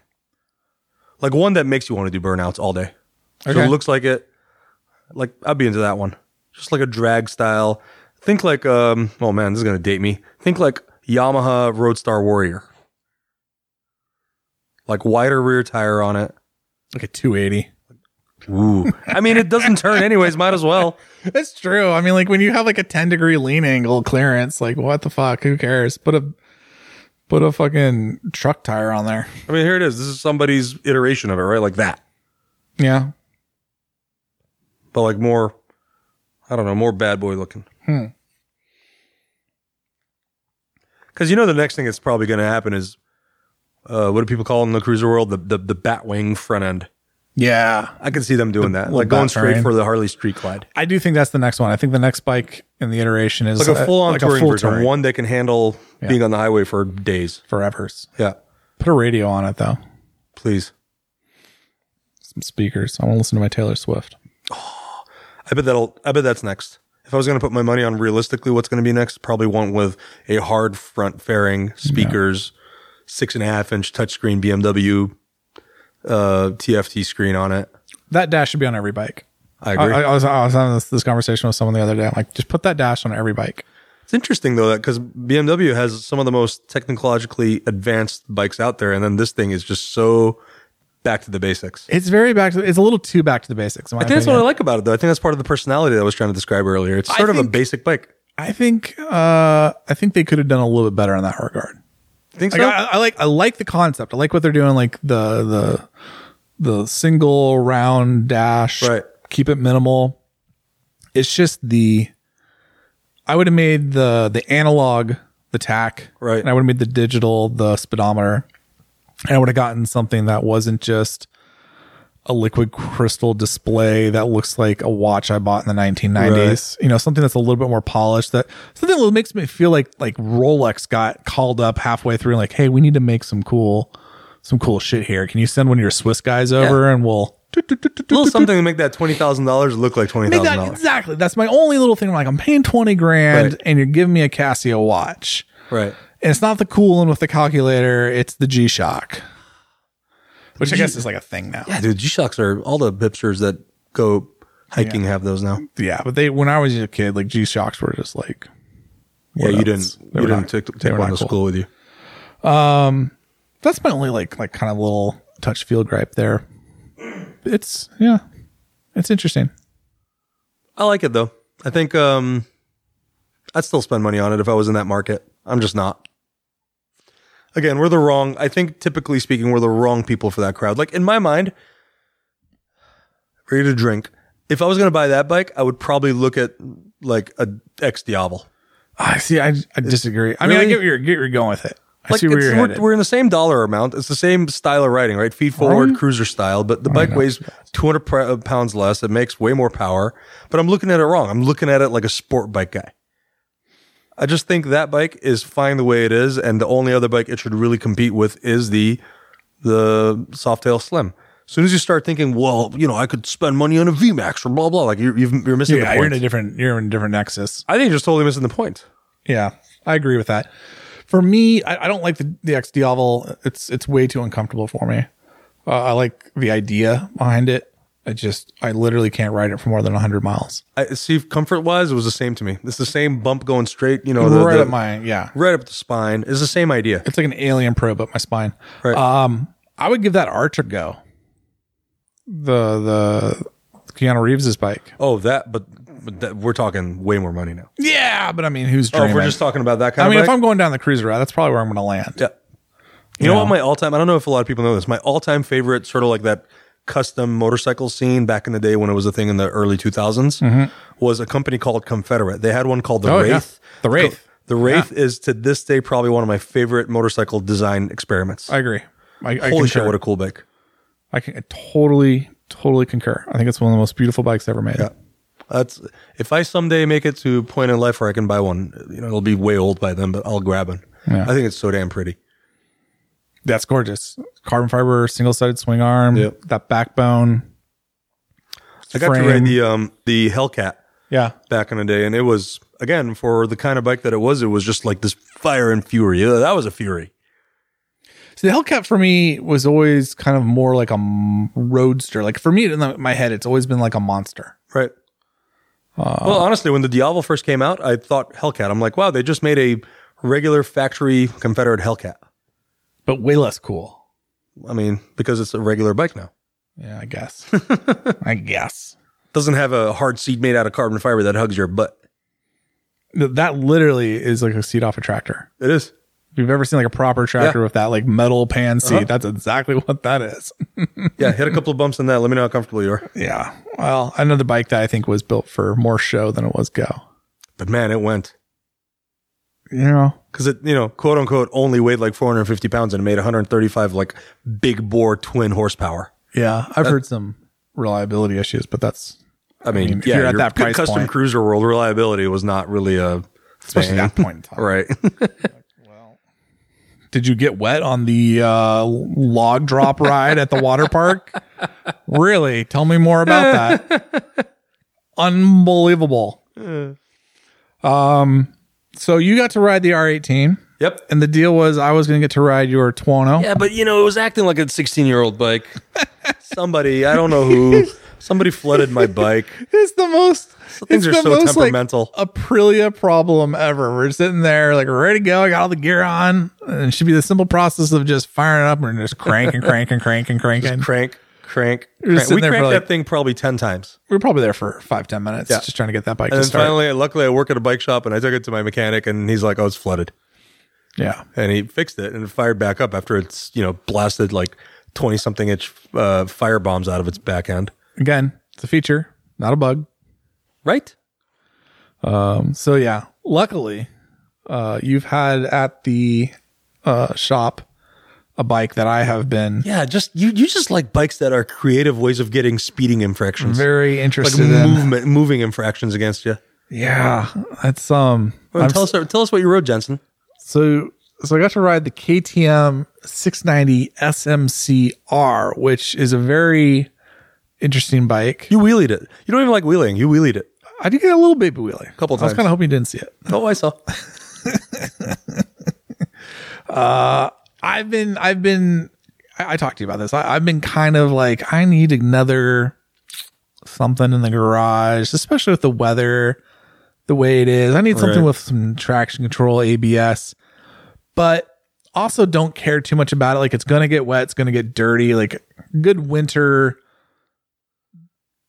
Like one that makes you want to do burnouts all day. So Okay. it looks like it. Like I'd be into that one. just like a drag style. Think like um oh man, this is gonna date me. Think like Yamaha Roadstar Warrior. Like wider rear tire on it. Like a 280. Ooh. I mean it doesn't turn anyways, might as well. That's true. I mean, like when you have like a 10 degree lean angle clearance, like what the fuck? Who cares? Put a put a fucking truck tire on there. I mean here it is. This is somebody's iteration of it, right? Like that. Yeah. But like more I don't know, more bad boy looking. Hmm. Because you know the next thing that's probably going to happen is, uh, what do people call in the cruiser world the the, the Batwing front end? Yeah. I can see them doing that, little like going bat straight terrain. for the Harley Street Glide, I do think that's the next one. I think the next bike in the iteration is like a full on like a touring full version, touring. one that can handle being on the highway for days. Forevers. Yeah, Put a radio on it though. please. Some speakers. I want to listen to my Taylor Swift. I bet that'll. I bet that's next. If I was going to put my money on realistically what's going to be next, probably one with a hard front fairing, speakers, six and a half inch touchscreen BMW, uh, TFT screen on it. That dash should be on every bike. I I, agree. I, I was I was on this, this conversation with someone the other day. I'm like, just put that dash on every bike. It's interesting though that because BMW has some of the most technologically advanced bikes out there, and then this thing is just so back to the basics. It's very back to it's a little too back to the basics. in my I think that's opinion. what I like about it though. I think that's part of the personality that I was trying to describe earlier. It's sort of a think- basic bike. I think uh, I think they could have done a little bit better in that regard. Think so? Like, I, I like I like the concept. I like what they're doing. Like the the the single round dash. Right. Keep it minimal. It's just the. I would have made the the analog the tack Right. and I would have made the digital the speedometer, and I would have gotten something that wasn't just a liquid crystal display that looks like a watch I bought in the 1990s. You know, something that's a little bit more polished. That something that makes me feel like like Rolex got called up halfway through, like, hey, we need to make some cool, some cool shit here. Can you send one of your Swiss guys over and we'll a little something to make that twenty thousand dollars look like twenty make thousand that dollars. exactly? That's my only little thing. I'm like, I'm paying twenty grand, Right. and you're giving me a Casio watch. Right. And it's not the cool one with the calculator; it's the G Shock, which I G- guess is like a thing now. Yeah, dude. G Shocks are all the hipsters that go hiking have those now. yeah, but they when I was a kid, like G Shocks were just like yeah, you that's- didn't. they You were didn't not- take, they take were one not to cool. school with you. that's my only like like kind of little touch field gripe there. It's yeah, it's interesting. I like it though. I think um I'd still spend money on it if I was in that market. I'm just not. Again, we're the wrong I think typically speaking, we're the wrong people for that crowd. Like in my mind, ready to drink. If I was gonna buy that bike, I would probably look at like a ex Diablo. I see. I, I disagree. I mean, I Really? get where you're get where you're going with it. I Like see where it's- you're we're, headed. we're in the same dollar amount. It's the same style of riding, right? Feet forward, cruiser style. But Oh the bike weighs 200 pr- uh, pounds less. It makes way more power. But I'm looking at it wrong. I'm looking at it like a sport bike guy. I just think that bike is fine the way it is, and the only other bike it should really compete with is the the Softail Slim. As soon as you start thinking, well, you know, I could spend money on a VMAX or blah blah, like you're you've, you're missing yeah, the you're in a point. different you're in a different nexus. I think you're just totally missing the point. Yeah, I agree with that. For me, I, I don't like the, the X Diavel. It's it's way too uncomfortable for me. Uh, I like the idea behind it. I just I literally can't ride it for more than 100 miles. I see. Comfort wise, it was the same to me. It's the same bump going straight. You know, the, right the- up my yeah. right up the spine is the same idea. It's like an alien probe up my spine. Right. Um, I would give that Archer go. The the Keanu Reeves's bike. oh, that, but, but that, we're talking way more money now. Yeah, but I mean, who's Oh, dreaming? if we're just talking about that kind I of mean, if bike? I'm going down the cruiser route, that's probably where I'm going to land. yeah. You know what? My all time, I don't know if a lot of people know this, my all time favorite, sort of like that custom motorcycle scene back in the day when it was a thing in the early 2000s, was a company called Confederate. They had one called the Mm-hmm. Oh, yeah. Wraith. The Wraith. The Wraith is to this day probably one of my favorite motorcycle design experiments. I agree. I, I Holy concur. shit, what a cool bike. I can I totally, totally concur. I think it's one of the most beautiful bikes ever made. That's if I someday make it to a point in life where I can buy one, you know, it'll be way old by then, but I'll grab one. Yeah. I think it's so damn pretty. That's gorgeous. Carbon fiber, single sided swing arm, Yep. that backbone. I got to frame. ride the um the Hellcat Yeah. back in the day, and it was again for the kind of bike that it was. It was just like this fire and fury. Uh, That was a fury. So the Hellcat for me was always kind of more like a m- roadster. Like for me in the- my head, it's always been like a monster. Right. Uh, well, honestly, when the Diablo first came out, I thought Hellcat. I'm like, wow, they just made a regular factory Confederate Hellcat. but way less cool. I mean, because it's a regular bike now. Yeah, I guess. I guess. Doesn't have a hard seat made out of carbon fiber that hugs your butt. Th- That literally is like a seat off a tractor. It is. If you've ever seen like a proper tractor Yeah. with that like metal pan seat, that's exactly what that is. Yeah, hit a couple of bumps on that. Let me know how comfortable you are. yeah. Well, another bike that I think was built for more show than it was go. But man, it went. You know, Because it, you know, quote unquote, only weighed like 450 pounds and it made 135 like big bore twin horsepower. Yeah, I've heard some reliability issues, but that's I mean, mean, if yeah, you're at your that cu- price custom point. cruiser world reliability was not really a especially thing. that point in time. right. Did you get wet on the uh, log drop ride at the water park? really? Tell me more about that. Unbelievable. Um, Uh. so you got to ride the R18, yep. and the deal was I was going to get to ride your Tuono. Yeah, but you know, it was acting like a 16 year old bike. somebody, I don't know who, somebody flooded my bike. It's the most. it's Things the are so most, like, temperamental. Aprilia problem ever. We're sitting there like we're ready to go. I got all the gear on, and it should be the simple process of just firing it up and just crank and crank and crank and crank. And Crank, crank, were crank. sitting We there for, cranked like- that thing probably 10 times. we were probably there for five ten minutes, Yeah. just trying to get that bike And to then start. finally, luckily, I work at a bike shop and I took it to my mechanic and he's like, oh, it's flooded. yeah, and he fixed it and it fired back up after it's you know blasted like 20 something inch uh, fire bombs out of its back end again, it's a feature, not a bug. right So yeah, luckily, uh, you've had at the uh, shop a bike that I have been yeah just you you just like bikes that are creative ways of getting speeding infractions very like interested in. movement moving infractions against you Yeah, that's um. Well, I've tell us tell us what you rode jensen So so I got to ride the KTM 690 SMCR, which is a very interesting bike. you wheelied it you don't even like wheeling you wheelied it I did get a little baby wheelie. Couple I was times. kind of hoping you didn't see it. oh i saw Uh, I've been I've been I, I talked to you about this. I, I've been kind of like I need another something in the garage, especially with the weather the way it is. I need something Right. with some traction control, ABS, but also don't care too much about it. Like it's gonna get wet, it's gonna get dirty. Like good winter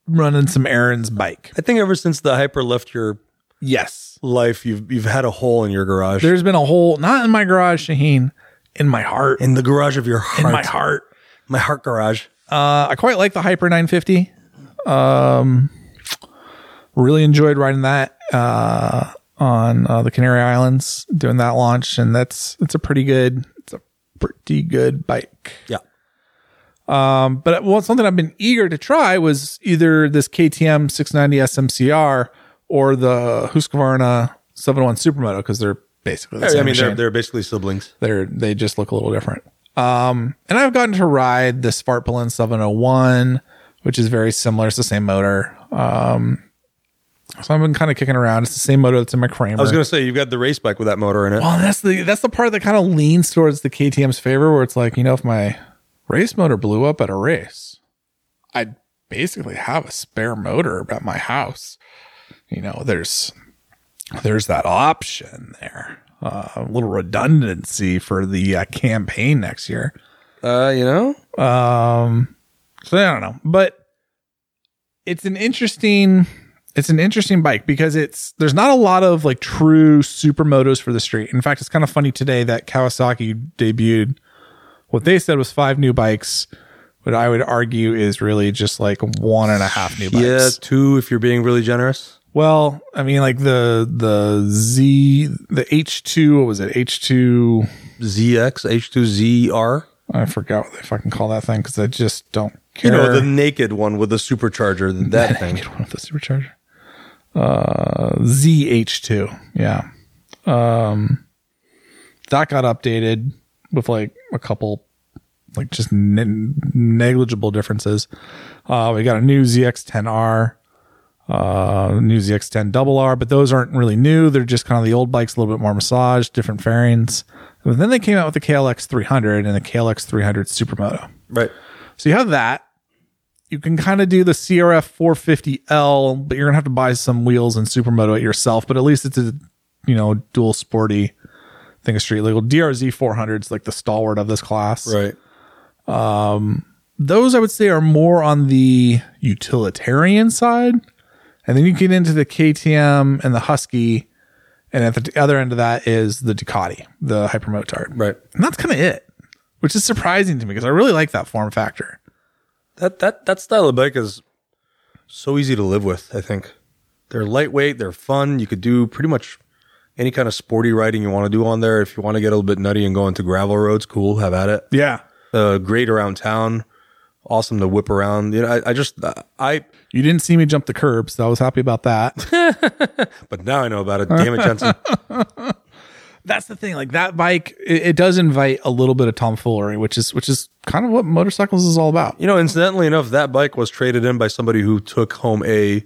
running some errands bike. i think ever since the hyper left your Yes. life you've you've had a hole in your garage There's been a hole not in my garage, Shaheen, in my heart. in the garage of your heart in my heart. my heart garage Uh, I quite like the Hyper 950. Um, really enjoyed riding that uh, on uh, the Canary Islands, doing that launch, and that's it's a pretty good it's a pretty good bike. yeah Um, but well, something I've been eager to try was either this KTM 690 SMCR or the Husqvarna 71 Supermoto because they're basically the same i mean machine they're, they're basically siblings they're they just look a little different. Um, and I've gotten to ride the Sparkbalin 701, which is very similar. It's the same motor. Um, so I've been kind of kicking around. It's the same motor that's in my Kramer. I was going to say you've got the race bike with that motor in it. well, that's the that's the part that kind of leans towards the KTM's favor, where it's like you know, if my race motor blew up at a race, I'd basically have a spare motor at my house. You know, there's there's that option there, uh, a little redundancy for the uh, campaign next year. Uh, you know, Um, So I don't know, but it's an interesting it's an interesting bike because it's there's not a lot of like true supermotos for the street. In fact, it's kind of funny today that Kawasaki debuted what they said was five new bikes, but I would argue is really just like one and a half new bikes. yeah, two if you're being really generous. Well, I mean like the the Z the H2 what was it? H2 ZX H2ZR. I forgot what they fucking call that thing cuz I just don't care. You know, the naked one with the supercharger. That thing. get one with the supercharger. Uh, ZH2. Yeah. Um, that got updated with like a couple, like just ne- negligible differences. Uh, we got a new ZX10R, uh, new ZX10 double R, but those aren't really new. They're just kind of the old bikes, a little bit more massaged, different fairings. But then they came out with the KLX 300 and the KLX 300 Supermoto. Right. So you have that. you can kind of do the CRF 450L, but you're gonna have to buy some wheels and supermoto it yourself. But at least it's a you know dual sporty thing of street legal. DRZ 400 is like the stalwart of this class. Right. Those I would say are more on the utilitarian side, and then you get into the KTM and the Husky, and at the other end of that is the Ducati, the Hypermotard. Right. And that's kind of it, which is surprising to me because I really like that form factor. That that that style of bike is so easy to live with. I think they're lightweight, they're fun. You could do pretty much any kind of sporty riding you want to do on there. If you want to get a little bit nutty and go into gravel roads, cool, have at it. Yeah. Uh, great around town, awesome to whip around. You know, I, I just I. You didn't see me jump the curb, so I was happy about that. But now I know about it. Damn it, Jensen. That's the thing. Like that bike, it, it does invite a little bit of tomfoolery, which is which is kind of what motorcycles is all about. You know, incidentally enough, that bike was traded in by somebody who took home a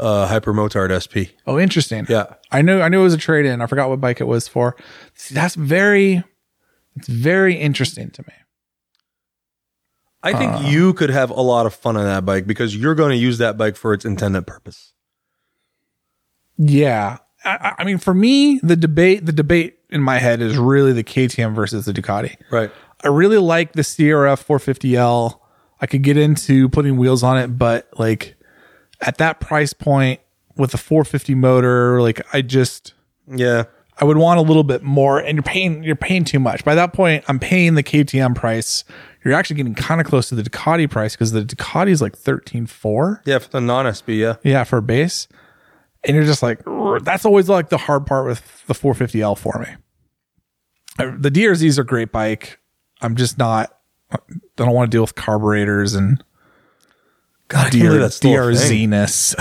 uh, Hypermotard SP. Oh, interesting. Yeah. I knew I knew it was a trade in. I forgot what bike it was for. See, that's very it's very interesting to me. I think you could have a lot of fun on that bike because you're going to use that bike for its intended purpose. Yeah. I- I, I mean, for me, the debate the debate in my head is really the KTM versus the Ducati. Right. I really like the CRF 450L. I could get into putting wheels on it, but like at that price point with a 450 motor, like I just Yeah. I would want a little bit more and you're paying you're paying too much. By that point, I'm paying the KTM price. You're actually getting kind of close to the Ducati price because the Ducati is like 13.4. Yeah, for the non SP, yeah. Yeah, for a base. And you're just like, "Urgh." that's always like the hard part with the 450L for me. I- The DRZs are a great bike. I'm just not, I don't want to deal with carburetors and God, I can't DR, believe that's still a thing. DRZ-ness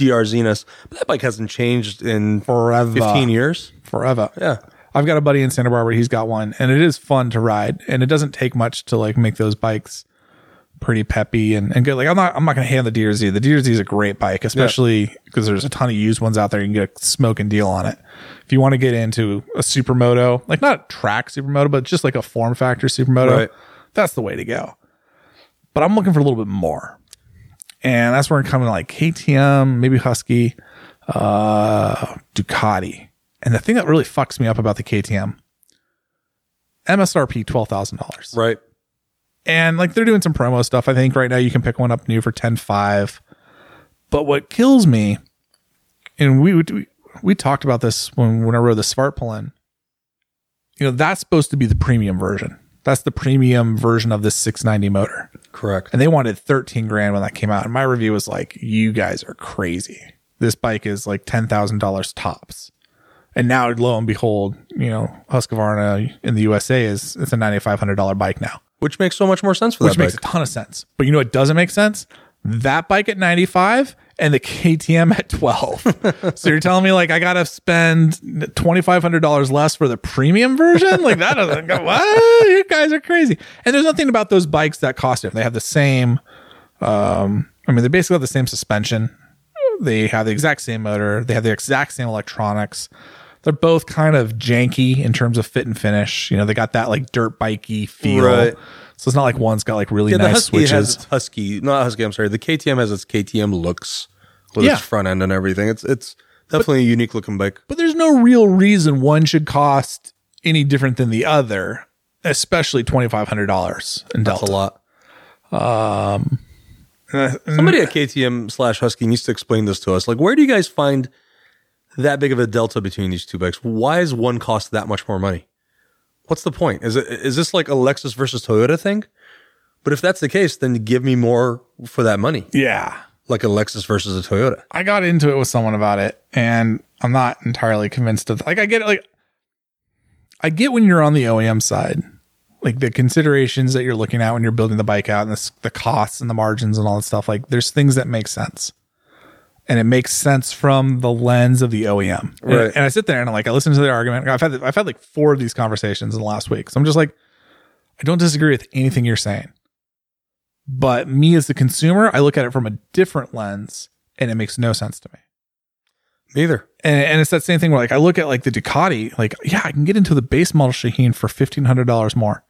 DRZ-ness. But that bike hasn't changed in forever. 15 years. Forever. Yeah. I've got a buddy in Santa Barbara. He's got one and it is fun to ride and it doesn't take much to like make those bikes pretty peppy and, and good. Like I'm not, I'm not going to hand the DRZ. The DRZ is a great bike, especially because there's a ton of used ones out there. You can get a smoke and deal on it. If you want to get into a supermoto, like not a track supermoto, but just like a form factor supermoto, Right. that's the way to go. But I'm looking for a little bit more. And that's where I'm coming like KTM, maybe Husky uh, Ducati. And the thing that really fucks me up about the KTM, MSRP twelve thousand dollars, Right. and like they're doing some promo stuff. I think right now you can pick one up new for ten five. But what kills me, and we we, we talked about this when when I rode the Svartplan. You know that's supposed to be the premium version. That's the premium version of this six ninety motor Correct. and they wanted 13 grand when that came out. And my review was like, you guys are crazy. This bike is like $10,000 tops. And now lo and behold, you know, Husqvarna in the USA is, it's a $9,500 bike now, Which makes so much more sense for which that bike. makes a ton of sense. But you know, it doesn't make sense. That bike at 95 and the KTM at 12. so you're telling me like, I got to spend $2,500 less for the premium version. Like that doesn't go, what? You guys are crazy. And there's nothing about those bikes that cost it. They have the same, um, I mean, they basically have the same suspension. They have the exact same motor. They have the exact same electronics. They're both kind of janky in terms of fit and finish. You know, they got that like dirt bikey feel. Right. So it's not like one's got like really yeah, the nice Husky switches. has its Husky, not Husky, I'm sorry. The KTM has its KTM looks with Yeah. its front end and everything. It's it's definitely a unique looking bike. but there's no real reason one should cost any different than the other, especially twenty five hundred dollars in That's a Delta. lot. Mm-hmm. Somebody at KTM slash Husky needs to explain this to us. Like, where do you guys find that big of a delta between these two bikes? Why is one cost that much more money? What's the point? Is it is this like a Lexus versus Toyota thing? But if that's the case, then give me more for that money, Yeah. like a Lexus versus a Toyota. I got into it with someone about it, and I'm not entirely convinced of like I get like I get when you're on the OEM side, like the considerations that you're looking at when you're building the bike out, and the, the costs and the margins and all that stuff. Like there's things that make sense, and it makes sense from the lens of the OEM. And- Right. And, I sit there and I'm like I listen to their argument. I've had I've had like four of these conversations in the last week, so I'm just like I don't disagree with anything you're saying but me as the consumer, I look at it from a different lens and it makes no sense to me. Neither. And, and it's that same thing where like I look at like the Ducati, like, yeah, I can get into the base model Shaheen for fifteen hundred dollars more.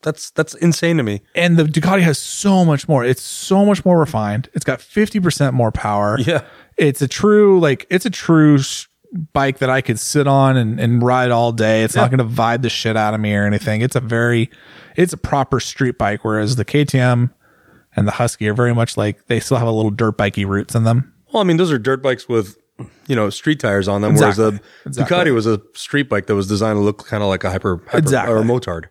That's that's insane to me. and the Ducati has so much more. It's so much more refined. It's got 50% more power. Yeah. It's a true, like, it's a true s- bike that I could sit on and, and ride all day. It's not going to vibe the shit out of me or anything. It's a very, it's a proper street bike. Whereas the KTM and the Husky are very much like they still have a little dirt bikey roots in them. Well, I mean, those are dirt bikes with you know street tires on them, whereas Exactly. the Exactly. Ducati was a street bike that was designed to look kind of like a hyper, hyper Exactly. or a motard.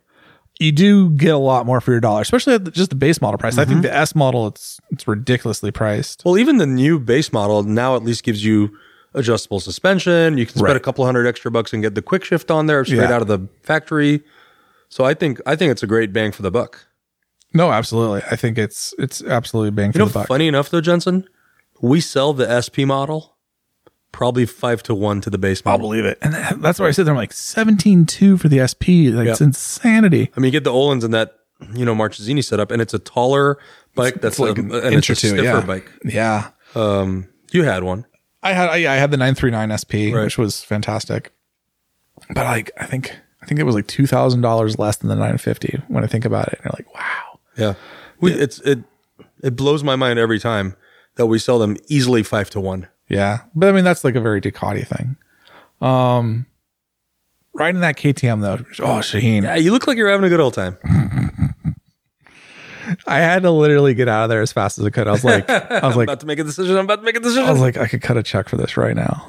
You do get a lot more for your dollar, especially at the, just the base model price. I think the S model, it's, it's ridiculously priced. Well, even the new base model now at least gives you adjustable suspension. You can spend Right. a couple hundred extra bucks and get the quick shift on there straight Yeah. out of the factory. So I think I think it's a great bang for the buck. No, absolutely. I think it's, it's absolutely bang for You know, the buck. funny enough though, Jensen, we sell the SP model probably five to one to the base model. it. And that- that's why I sit there. I'm like 17 2 for the SP. Like, It's Yep. insanity. I mean, you get the Olins in that you know Marchesini setup, and it's a taller bike that's um, like an an inch or two, stiffer yeah. bike. Yeah. Um, you had one. I had I, I had the 939 SP, Right. which was fantastic. But like I think I think it was like two thousand dollars less than the 950 when I think about it. And you're like, wow. Yeah, we, it's it it blows my mind every time that we sell them easily five to one. Yeah. But I mean that's like a very Ducati thing. Um riding that KTM though. Oh Shaheen. Yeah, you look like you're having a good old time. I had to literally get out of there as fast as I could. I was like I was like about to make a decision. I'm about to make a I was decision. like, I could cut a check for this right now.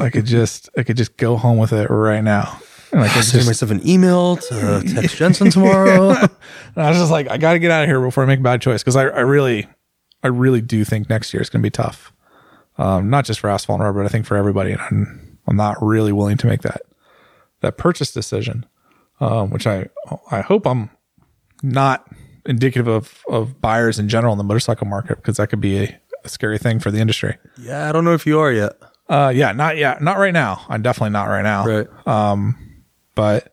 I could just, I could just go home with it right now. And I could Send just, myself an email to uh, text Jensen tomorrow. and I was just like, I got to get out of here before I make a bad choice because I, I really, I really do think next year is going to be tough. Um, not just for asphalt and rubber, but I think for everybody. And I'm, I'm not really willing to make that that purchase decision, um, which I, I hope I'm not indicative of of buyers in general in the motorcycle market because that could be a, a scary thing for the industry. yeah, I don't know if you are yet. Uh, yeah, not yet, not right now. I'm definitely not right now. Right. Um, but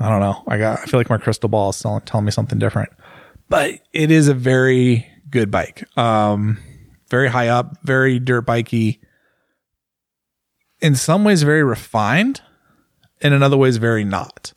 I don't know. I got I feel like my crystal ball is telling, telling me something different. But it is a very good bike. Um very high up, very dirt bikey. In some ways very refined, and in other ways very not.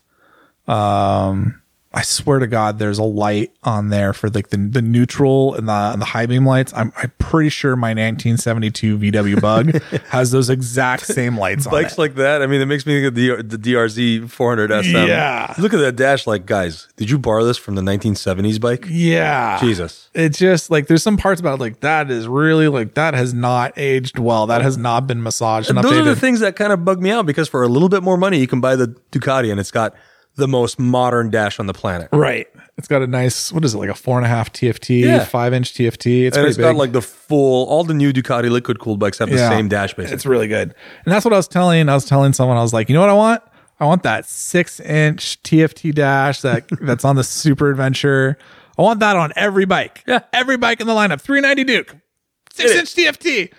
Um I swear to God, there's a light on there for like the, the neutral and the, and the high beam lights. I'm, I'm pretty sure my 1972 VW Bug has those exact same lights on it. Bikes like that. I mean, it makes me think of the, the DRZ 400SM. Yeah. Look at that dash. Like, guys, did you borrow this from the 1970s bike? Yeah. Jesus. It's just like there's some parts about it, like that is really like that has not aged well. That has not been massaged and Those are the updated. things that kind of bug me out because for a little bit more money, you can buy the Ducati and it's got the most modern dash on the planet. right. It's got a nice what is it like a four and a half TFT, Yeah. five inch TFT. It's And pretty it's big. got like the full, all the new Ducati liquid cooled bikes have the Yeah. same dash basically. it's really good. And that's what I was telling. I was telling someone I was like, you know what I want? I want that six inch TFT dash that that's on the Super Adventure. I want that on every bike. Yeah. every bike in the lineup. Three ninety Duke, six inch TFT,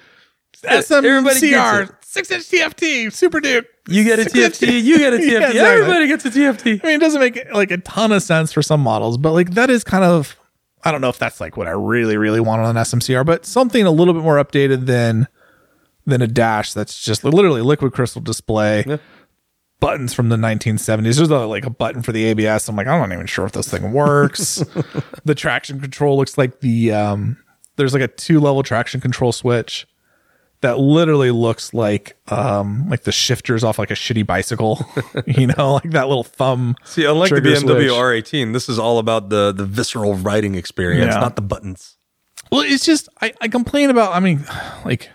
Everybody gets SMCR, six inch TFT, Super Duke. You get a Six inch TFT, you get a TFT, Yeah, exactly. everybody gets a TFT. I mean, it doesn't make like a ton of sense for some models, but like that is kind of I don't know if that's like what I really really want on an SMCR, but something a little bit more updated than than a dash that's just literally liquid crystal display. Buttons from the 1970s. There's a, like a button for the ABS. I'm like, I'm not even sure if this thing works. the traction control looks like the um there's like a two level traction control switch that literally looks like um like the shifters off like a shitty bicycle you know like that little thumb See, unlike the trigger BMW switch. R18, this is all about the the visceral riding experience, Yeah. not the buttons. well it's just I, I complain about i mean like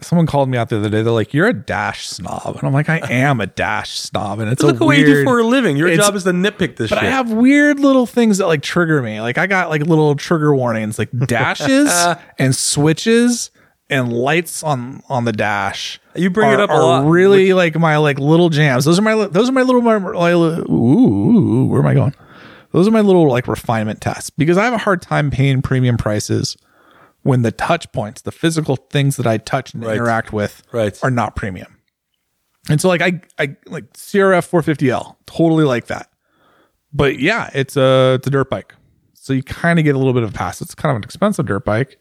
someone called me out the other day they're like you're a dash snob and i'm like i am a dash snob and it's Look a at what you do weird for a living. Your It's- job is to nitpick this but shit. I have weird little things that like trigger me. Like I got like little trigger warnings, like dashes and switches and lights on on the dash. You bring are- it up a are lot, Really like my like little jams. Those are my li- those are my little my, my, li- ooh, ooh, where am I going? Those are my little like refinement tests because I have a hard time paying premium prices when the touch points, the physical things that I touch and Right. interact with Right. are not premium. And so like I I like CRF 450L, totally like that. But yeah, it's a it's a dirt bike. So you kind of get a little bit of a pass. It's kind of an expensive dirt bike.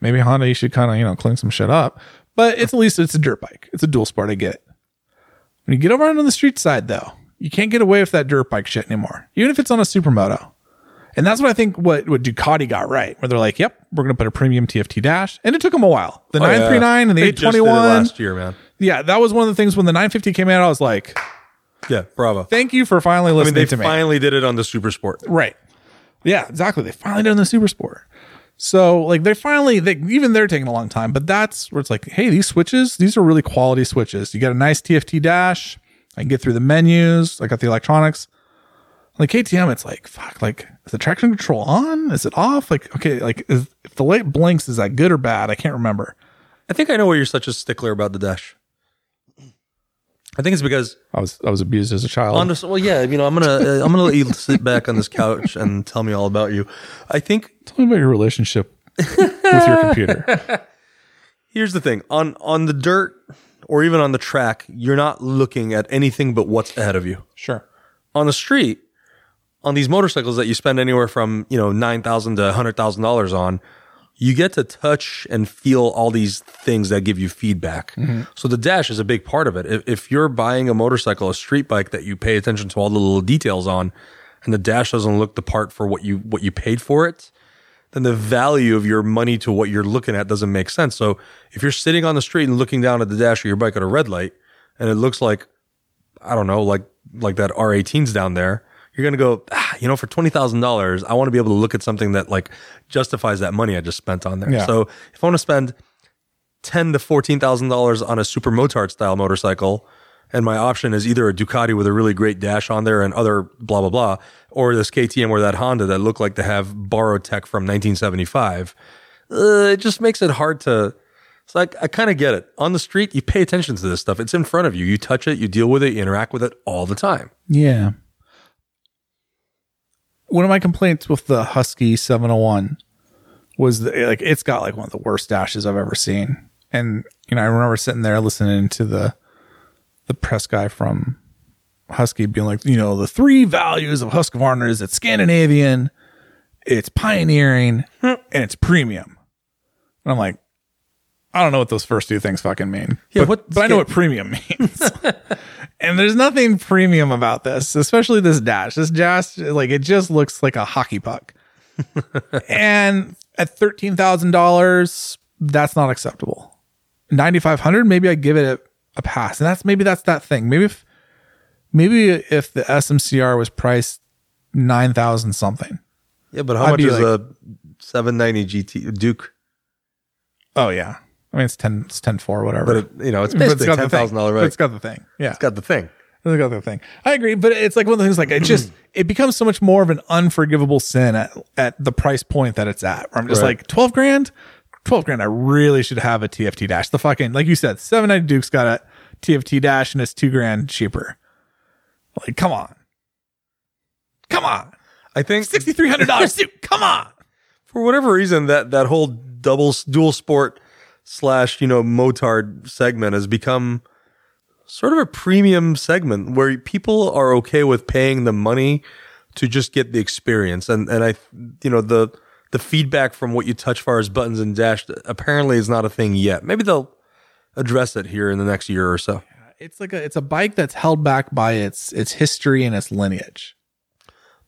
Maybe Honda you should kind of, you know, clean some shit up. But it's at least it's a dirt bike. It's a dual sport, I get. it. When you get over onto the street side though, you can't get away with that dirt bike shit anymore, even if it's on a supermoto. And that's what I think what, what Ducati got right, where they're like, yep, we're going to put a premium TFT dash. And it took them a while. The 939 and the Oh, They just did it 821. last year, man. Yeah, that was one of the things when the 950 came out, I was like, Yeah, bravo. thank you for finally I mean, listening they to me. finally did it on the Super Sport. Right. Yeah, exactly. They finally done the super sport. So like they finally they even they're taking a long time, but that's where it's like, hey, these switches, these are really quality switches. You got a nice TFT dash. I can get through the menus. I got the electronics. Like KTM, it's like fuck. Like is the traction control on? Is it off? Like okay, like is, if the light blinks, is that good or bad? I can't remember. I think I know why you're such a stickler about the dash. I think it's because I was I was abused as a child. On this- well, yeah, you know, I'm gonna uh, I'm gonna let you sit back on this couch and tell me all about you. I think Tell me about your relationship with your computer. here's the thing on on the dirt or even on the track, you're not looking at anything but what's ahead of you. Sure. On the street, on these motorcycles that you spend anywhere from you know nine thousand to hundred thousand dollars on, you get to touch and feel all these things that give you feedback. So the dash is a big part of it. If, if you're buying a motorcycle, a street bike that you pay attention to all the little details on, and the dash doesn't look the part for what you what you paid for it, then the value of your money to what you're looking at doesn't make sense. So if you're sitting on the street and looking down at the dash of your bike at a red light, and it looks like I don't know, like like that R18s down there, you're gonna go, ah, you know, for twenty thousand dollars, I want to be able to look at something that like justifies that money I just spent on there. Yeah. So if I want to spend ten to fourteen thousand dollars on a super motard style motorcycle, and my option is either a Ducati with a really great dash on there and other blah blah blah, or this KTM or that Honda that look like they have borrowed tech from 1975. Uh, it just makes it hard to. So I, I kind of get it. On the street, you pay attention to this stuff. It's in front of you. You touch it, you deal with it, you interact with it all the time. Yeah. One of my complaints with the Husky 701 was that, like it's got like one of the worst dashes I've ever seen. And you know, I remember sitting there listening to the the press guy from Husky being like, you know, the three values of Husqvarna is it's Scandinavian, it's pioneering, and it's premium. And I'm like, I don't know what those first two things fucking mean. Yeah, but, what- but I know what premium means. and there's nothing premium about this, especially this dash. This dash, like, it just looks like a hockey puck. and at thirteen thousand dollars, that's not acceptable. Ninety five hundred, maybe I give it a, a pass, and that's maybe that's that thing. Maybe if maybe if the SMCR was priced nine thousand something. Yeah, but how I'd much be is like- a 790 GT Duke? Oh yeah, I mean it's ten, it's ten four, whatever. But it, you know, it's But basically the ten thing. thousand dollar But right. It's got the thing. Yeah, it's got the thing. That's the other thing. I agree, but it's like one of the things. Like it just it becomes so much more of an unforgivable sin at, at the price point that it's at. Where I'm just Right. like twelve grand, twelve grand. I really should have a TFT dash. The fucking like you said, seven ninety Duke's got a TFT dash and it's two grand cheaper. Like come on, come on, I think sixty three hundred dollars Duke. Come on. for whatever reason that that whole double dual sport slash you know motard segment has become sort of a premium segment where people are okay with paying the money to just get the experience and and I you know the the feedback from what you touch far as buttons and dash apparently is not a thing yet maybe they'll address it here in the next year or so It's like a it's a bike that's held back by its its history and its lineage.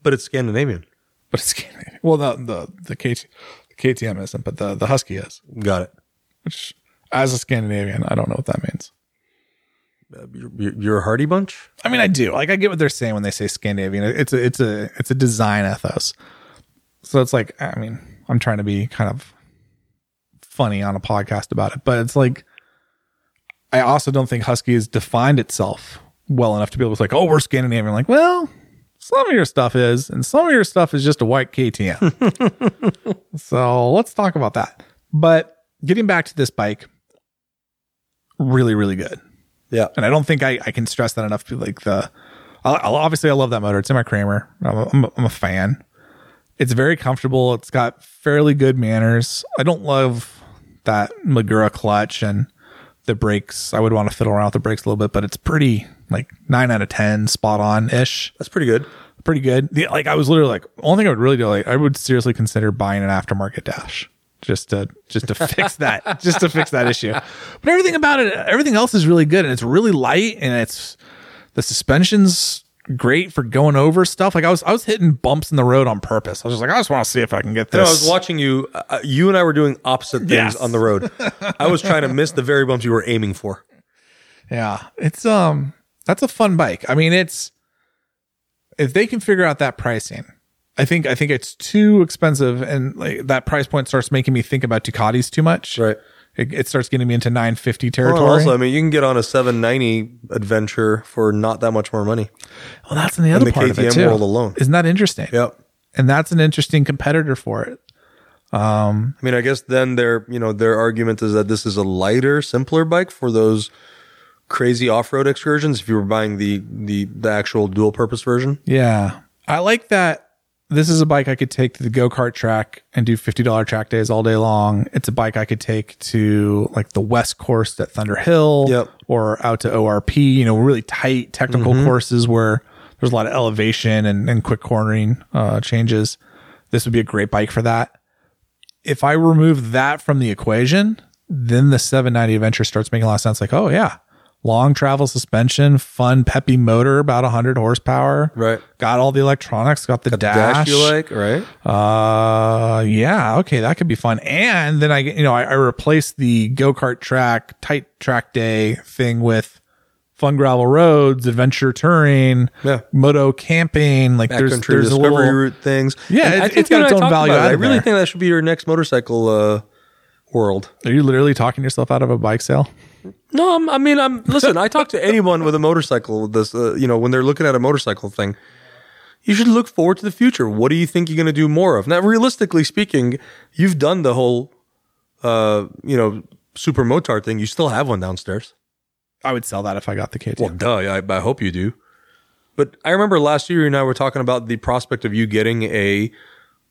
but it's Scandinavian But it's Scandinavian. Well, the the the KT, KTM isn't, but the the Husky is. got it which as a Scandinavian, I don't know what that means. Uh, You're- you're a hardy bunch I mean, I do. Like, I get what they're saying when they say Scandinavian. It's a, it's a, it's a design ethos. So it's like, I mean, I'm trying to be kind of funny on a podcast about it, but it's like, I also don't think Husky has defined itself well enough to be able to say, like, oh, we're Scandinavian. Like, well, some of your stuff is, and some of your stuff is just a white KTM. so let's talk about that. But getting back to this bike, really, really good yeah and I don't think I, I can stress that enough. To like the, I'll, I'll- obviously I love that motor. It's in my Kramer. I'm a, I'm a- I'm a fan. It's very comfortable. It's got fairly good manners. I don't love that Magura clutch and the brakes. I would want to fiddle around with the brakes a little bit, but it's pretty like nine out of ten, spot on ish. that's pretty good Pretty good. The, like I was literally like, only thing I would really do, like I would seriously consider buying an aftermarket dash just to just to fix that, just to fix that issue. But everything about it, everything else is really good, and it's really light, and it's the suspension's great for going over stuff. Like I was I was hitting bumps in the road on purpose. I was just like, I just want to see if I can get this. No, I was watching you. Uh, you and I were doing opposite things Yes. on the road. I was trying to miss the very bumps you were aiming for. Yeah, it's um that's a fun bike. I mean, it's if they can figure out that pricing. I think I think it's too expensive and like that price point starts making me think about Ducatis too much. Right. It, it starts getting me into 950 Well, territory. and also, I mean, you can get on a 790 adventure for not that much more money. well, that's in the other the part of it KTM too. world alone. Isn't that interesting? Yep. And that's an interesting competitor for it. I mean, I guess then their you know their argument is that this is a lighter, simpler bike for those crazy off-road excursions. If you were buying the the the actual dual-purpose version, Yeah. I like that this is a bike I could take to the go-kart track and do $50 track days all day long. It's a bike I could take to like the West Course at Thunder Hill Yep. or out to ORP, you know, really tight technical courses where there's a lot of elevation and, and quick cornering uh, changes. This would be a great bike for that. If I remove that from the equation, then the 790 Adventure starts making a lot of sense. Like, oh yeah, long travel suspension, fun peppy motor, about 100 horsepower. Right. Got all the electronics. Got the dash. dash you like, right? Uh, yeah. Okay, that could be fun. And then I, you know, I, I replaced the go kart track, tight track day thing with fun gravel roads, adventure touring, Yeah. moto camping. Like there's Backcountry there's a discovery little route things. Yeah, And it's- I it's think got you and its I own talked value about it. I added really there. think that should be your next motorcycle uh, world. Are you literally talking yourself out of a bike sale? No, I'm, I mean, I'm listen. I talk to anyone with a motorcycle. This, uh, you know, when they're looking at a motorcycle thing, you should look forward to the future. What do you think you're going to do more of? Now, realistically speaking, you've done the whole, uh, you know, super motard thing. You still have one downstairs. I would sell that if I got the KTM. Well, duh. yeah, I, I hope you do. But I remember last year you and I were talking about the prospect of you getting a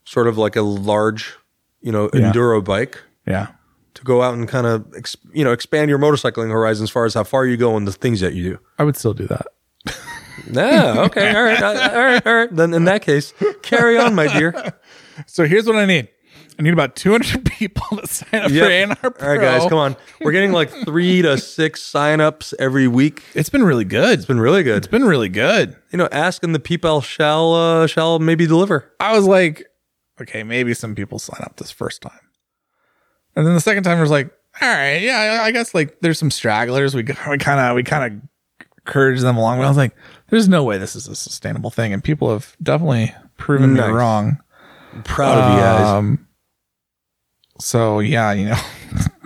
sort of like a large, you know, Yeah. enduro bike yeah. to go out and kind of, ex- you know, expand your motorcycling horizon as far as how far you go and the things that you do. I would still do that. No, okay, all right, all right, all right. Then in that case, carry on, my dear. So here's what I need. I need about 200 people to sign up Yep. for ANR All right, guys, come on. We're getting like three to six signups every week. It's It's been really good. It's been, been really good. been really good. You know, ask and the people shall uh, shall maybe deliver. I was like, okay, maybe some people sign up this first time. And then the second time I was like, all right, yeah, I I guess like there's some stragglers. We we kind of we kind of encourage them along. But I was like, there's no way this is a sustainable thing, and people have definitely proven Nice. me wrong. I'm proud of you guys. Um, so yeah, you know,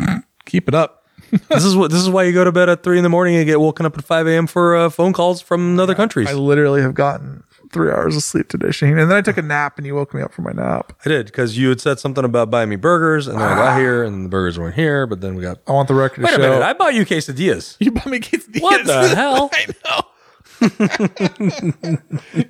keep it up. this is what this is why you go to bed at three in the morning and get woken up at five a.m. for uh, phone calls from other countries. I I, literally have gotten three hours of sleep today, Shane, and then I took a nap, and you woke me up from my nap. did because you had said something about buying me burgers, and then I got here, and the burgers weren't here. But then we got. I want the record to Ah. Wait a show. minute! I bought you quesadillas. You bought me quesadillas. What the hell? I know.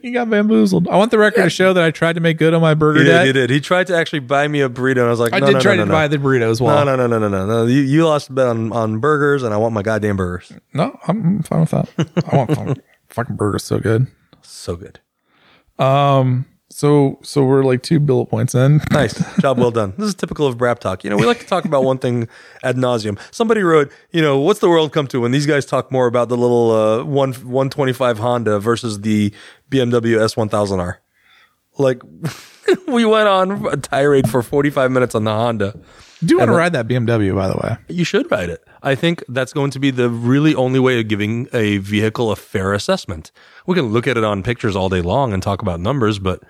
you got bamboozled. I want the record to show that I tried to make good on my burger He debt. did, he did. He tried to actually buy me a burrito, and I was like, I no, did no, try no, to no, no. buy the burrito as well. No, no, no, no, no, no, no. You, you lost a bet on, on burgers, and I want my goddamn burgers. No, I'm fine with that. I want fun. fucking burger so good. So good. Um, so so we're like two bullet points in. Nice job, well done. This is typical of Brap Talk. You know, we like to talk about one thing ad nauseum. Somebody wrote, you know, what's the world come to when these guys talk more about the little uh, one one twenty five Honda versus the BMW S one thousand R? Like, we went on a tirade for forty five minutes on the Honda. Do you want to ride that BMW? By the way, You should ride it. I think that's going to be the really only way of giving a vehicle a fair assessment. We can look at it on pictures all day long and talk about numbers, but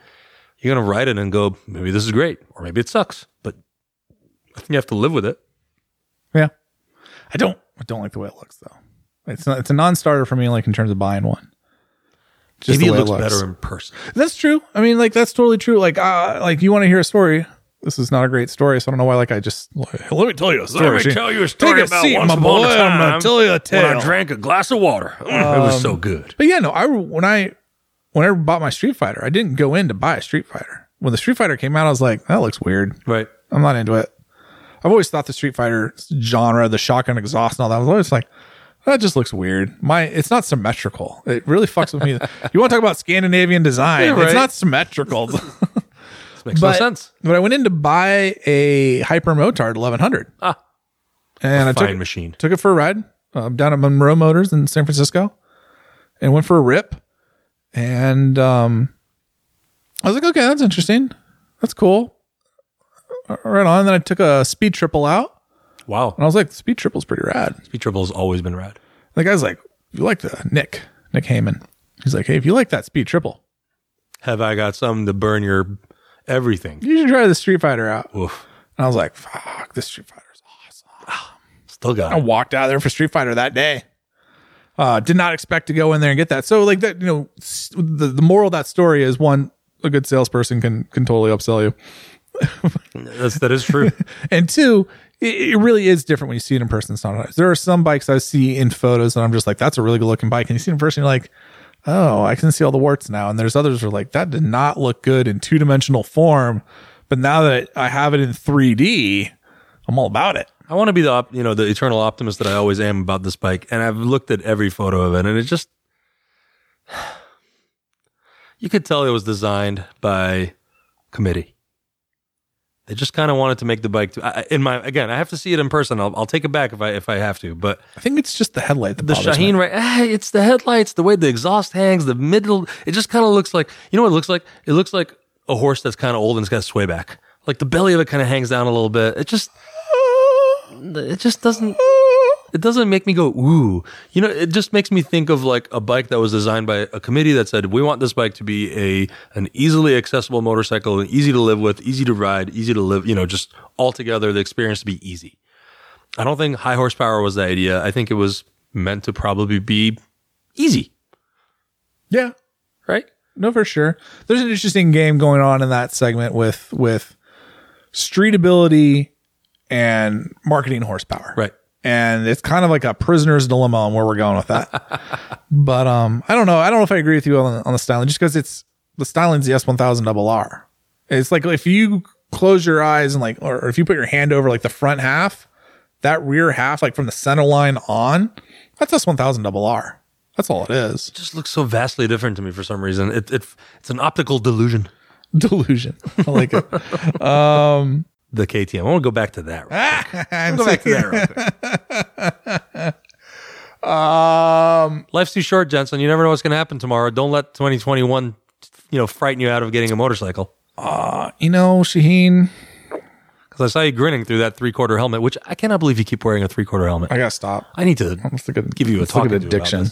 you're going to ride it and go, maybe this is great, or maybe it sucks, but I think you have to live with it. yeah. I don't I don't like the way it looks though. It's not it's a non-starter for me. Like in terms of buying one. Just maybe the it way looks, better in person. That's true. I mean, like that's totally true. Like, uh, like you want to hear a story. This is not a great story, so I don't know why. Like, I just let me tell you a story. Let me Shane. tell you a story Take a about seat, once my upon boy. a I'm time gonna tell you a when tale. Um, I drank a glass of water. Mm, it was so good. But yeah, no, I when I when I bought my Street Fighter, I didn't go in to buy a Street Fighter. When the Street Fighter came out, I was like, that looks weird. Right. I'm not into it. I've always thought the Street Fighter genre, the shotgun exhaust and all that, I was always like, that just looks weird. My it's not symmetrical. It really fucks with me. You want to talk about Scandinavian design? Yeah, right. It's not symmetrical. This makes no sense. But I went in to buy a Hyper Motard 1100. Ah. and I Fine took, machine. took it uh, for a ride um, down at Monroe Motors in San Francisco and went for a rip. and um, I was like, okay, that's interesting. That's cool. Uh, Right on. Then I took a speed triple out, Wow. and I was like, speed triple's pretty rad. Speed Trouble's always been rad. The guy's like, you like the Nick, Nick Heyman. He's like, hey, if you like that speed triple, Have I got something to burn your everything? you should try the Street Fighter out. Oof. And I was like, fuck, this Street Fighter is awesome. Still I got it. walked out of there for Street Fighter that day. Uh, did not expect to go in there and get that. So like that, you know, s- the, the moral of that story is one, a good salesperson can can totally upsell you. That's, that is true. And two, it, it really is different when you see it in person. It's not nice. There are some bikes I see in photos and I'm just like, that's a really good looking bike. And you see it in person, you're like, oh, I can see all the warts now. And there's others who are like, that did not look good in two dimensional form. But now that I have it in 3D, I'm all about it. I want to be the op, you know the eternal optimist that I always am about this bike, and I've looked at every photo of it, and it just you could tell it was designed by committee. They just kind of wanted to make the bike. To, I, I- in my again, I have to see it in person. I'll, I'll take it back if I if I have to, but I think it's just the headlight. That the bothers me. Shaheen, right? ah, it's the headlights, the way the exhaust hangs, the middle. It just kind of looks like you know what it looks like. It looks like a horse that's kind of old and it's got a sway back. Like the belly of it kind of hangs down a little bit. It just, it just doesn't. It doesn't make me go ooh. You know, it just makes me think of like a bike that was designed by a committee that said we want this bike to be a an easily accessible motorcycle, and easy to live with, easy to ride, easy to live. You know, just altogether the experience to be easy. I don't think high horsepower was the idea. I think it was meant to probably be easy, Yeah, right? no, for sure. There's an interesting game going on in that segment with with streetability and marketing horsepower. Right. And it's kind of like a prisoner's dilemma on where we're going with that. but um, I don't know. I don't know if I agree with you on, on the styling, just because it's the styling's the S1000 double R. It's like if you close your eyes and like, or if you put your hand over like the front half, that rear half, like from the center line on, that's S1000 double R. That's all it is. It just looks so vastly different to me for some reason. It, it it's an optical delusion. delusion. I like it. The KTM. I want to go back to that. I'm go back to that. Real quick. Um, Life's too short, Jensen. You never know what's going to happen tomorrow. Don't let 2021, you know, frighten you out of getting a motorcycle. you know, Shaheen, Because I saw you grinning through that three quarter helmet, which I cannot believe you keep wearing a three quarter helmet. I gotta stop. I need to Let's look at give you a let's look talk at addiction.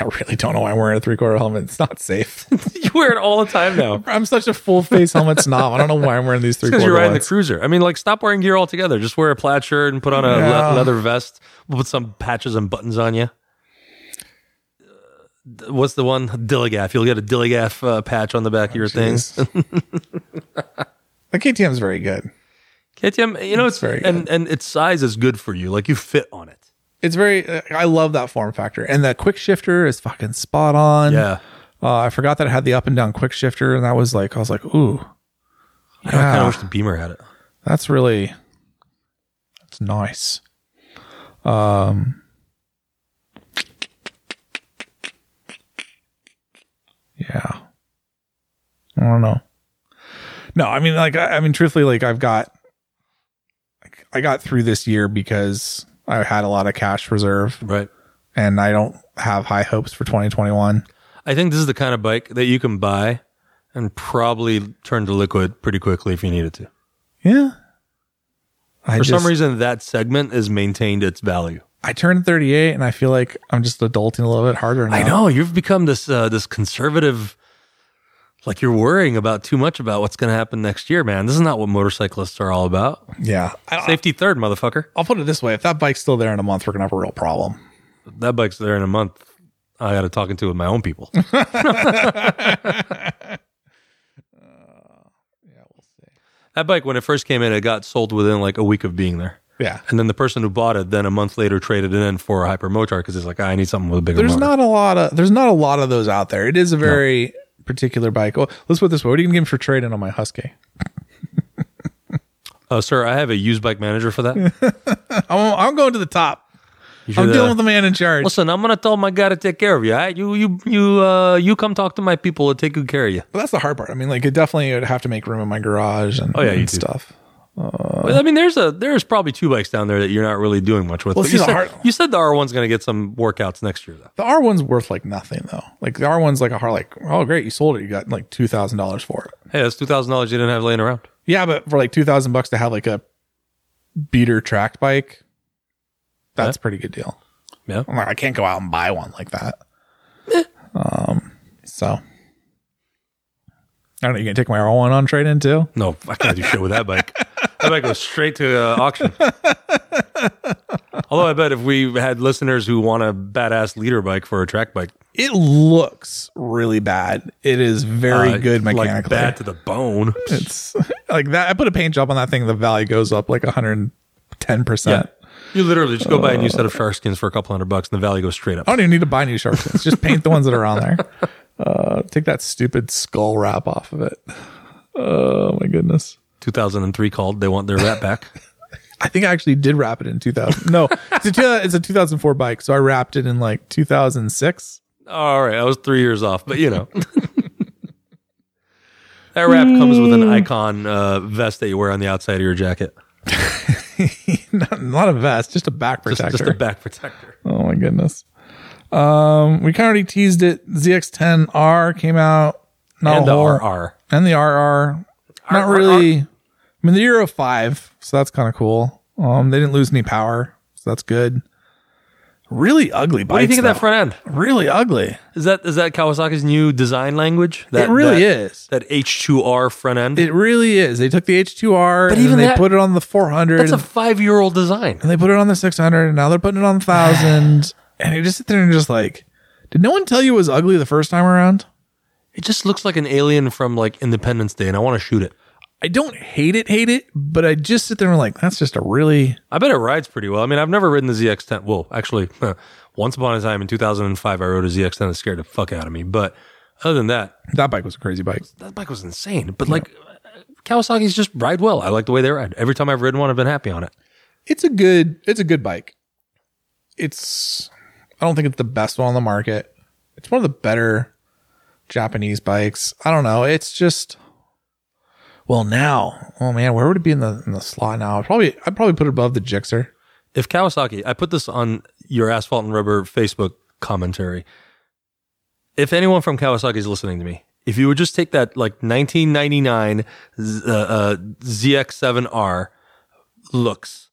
I really don't know why I'm wearing a three quarter helmet. It's not safe. you wear it all the time now. I'm such a full face helmet snob. I don't know why I'm wearing these three because quarter you're riding ones. the cruiser. I mean, like, stop wearing gear altogether. Just wear a plaid shirt and put on a le- Yeah. leather vest. We'll put some patches and buttons on you. Uh, What's the one? Dilligaff. You'll get a Dilligaff uh, patch on the back of your thing. Oh, Jeez. the KTM is very good. KTM, you know, it's, very and and its size is good for you. Like you fit on it. It's very. uh, I love that form factor, and the quick shifter is fucking spot on. Yeah. Uh, I forgot that it had the up and down quick shifter, and that was like I was like, ooh, You know, I kind Yeah. of wish the Beamer had it. That's really that's nice. Um Yeah. I don't know. No, I mean like I, I mean truthfully like I've got like, I got through this year because I had a lot of cash reserve Right. and I don't have high hopes for 2021. I think this is the kind of bike that you can buy and probably turn to liquid pretty quickly if you needed to. Yeah. I For just- some reason, that segment has maintained its value. I turned 38 and I feel like I'm just adulting a little bit harder now. I know you've become this uh, this conservative. Like you're worrying about too much about what's going to happen next year, man. This is not what motorcyclists are all about. Yeah. I, I- Safety third, motherfucker. I'll put it this way: if that bike's still there in a month, we're gonna have a real problem. That bike's there in a month. I got to talk into it with my own people. That bike, when it first came in, it got sold within like a week of being there. Yeah, And then the person who bought it, then a month later, traded it in for a Hyper Motar because he's like, "Ah, I need something with a bigger. there's motor. not a lot of there's not a lot of those out there. It is a very particular bike. Well, let's put it this way: what are you gonna give me for trading on my Husky? Oh, sir, I have a used bike manager for that. I'm, I'm going to the top. You I'm should, uh, dealing with the man in charge. Listen, I'm gonna tell my guy to take care of you. all right? You you you uh you come talk to my people. They'll take good care of you. But that's the hard part. I mean, like it definitely would have to make room in my garage and, Oh, yeah, you and do. stuff. Well, I mean, there's a there's probably two bikes down there that you're not really doing much with. Well, But see, you, the said, hard- you said the R1's going to get some workouts next year, though. The R one's worth like nothing though. Like the R one's like a hard like oh great you sold it you got like two thousand dollars for it. Hey, that's two thousand dollars you didn't have laying around. Yeah, but for like two thousand bucks to have like a beater tracked bike, that's a pretty good deal. Yeah. Eh. I'm like I can't go out and buy one like that. um, so I don't know. You gonna take my R one on trade in too? No, I can't do shit with that bike. That bike goes straight to uh, auction. Although I bet if we had listeners who want a badass leader bike for a track bike, It looks really bad. It is very uh, good mechanically. like bad to the bone. It's like that. I put a paint job on that thing. The value goes up like 110%. You literally just go buy a new set of shark skins for a couple hundred bucks, and the value goes straight up. I don't even need to buy new shark fins. Just paint the ones that are on there. Uh, take that stupid skull wrap off of it. Oh my goodness. Two thousand and three called. They want their rat back. I think I actually did wrap it in 2000. No, it's a, two, it's a 2004 bike. So I wrapped it in like 2006. All right, I was three years off, but you know. That wrap comes with an Hmm. icon uh, vest that you wear on the outside of your jacket. not, not a vest, just a back Just, protector. just a back protector. Oh my goodness. Um, we kind of already teased it. ZX10R came out. Not and a the whole- RR. and the RR. Not RR. really. I mean, the Euro five, so that's kind of cool. Um, they didn't lose any power, so that's good. Really ugly bikes. What do you think of that though. front end? Really ugly. Is that is that Kawasaki's new design language? That it really that, is. that H2R front end. It really is. They took the H2R But and even they that- put it on the 400 That's a and, five year old design. and they put it on the 600 and now they're putting it on the 1000 and you just sit there and just like, did no one tell you it was ugly the first time around? It just looks like an alien from like Independence Day, and I want to shoot it. I don't hate it, hate it, but I just sit there and like, that's just a really I bet it rides pretty well. I mean, I've never ridden the ZX10. Well, actually, once upon a time in 2005, I rode a ZX10 that scared the fuck out of me. But other than that, that bike was a crazy bike. that bike was insane. But like Kawasaki's just ride well. I like the way they ride. Every time I've ridden one, I've been happy on it. it's a good it's a good bike it's i don't think it's the best one on the market it's one of the better japanese bikes i don't know it's just well now oh man where would it be in the in the slot now I'd probably i'd probably put it above the jixer If Kawasaki, I put this on your asphalt and rubber Facebook commentary. If anyone from Kawasaki is listening to me, if you would just take that like 1999 Z- uh, uh, ZX7R looks,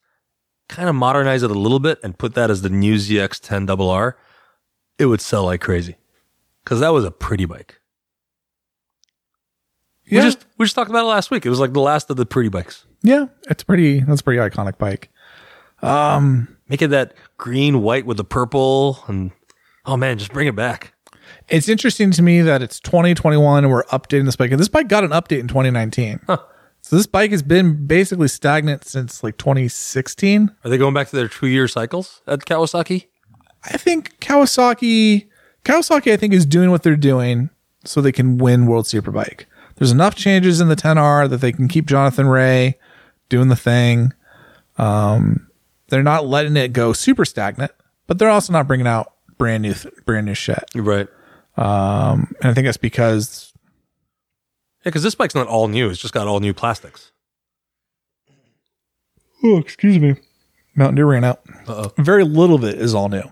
kind of modernize it a little bit and put that as the new ZX10RR, it would sell like crazy. Cause that was a pretty bike. yeah We just, we just talked about it last week. It was like the last of the pretty bikes. yeah it's pretty that's a pretty iconic bike Make it that green, white with the purple, and oh man, just bring it back. it's interesting to me that it's 2021 and we're updating this bike and this bike got an update in 2019 so this bike has been basically stagnant since like 2016 Are they going back to their two-year cycles at Kawasaki? I think Kawasaki Kawasaki I think is doing what they're doing so they can win World Superbike. There's enough changes in the 10R that they can keep Jonathan Ray doing the thing. Um, they're not letting it go super stagnant, but they're also not bringing out brand new th- brand new shit. Um, Right. Yeah, And I think that's because because this bike's not all new. It's just got all new plastics. oh excuse me, Mountain Dew ran out. Uh-oh. Very little of it is all new.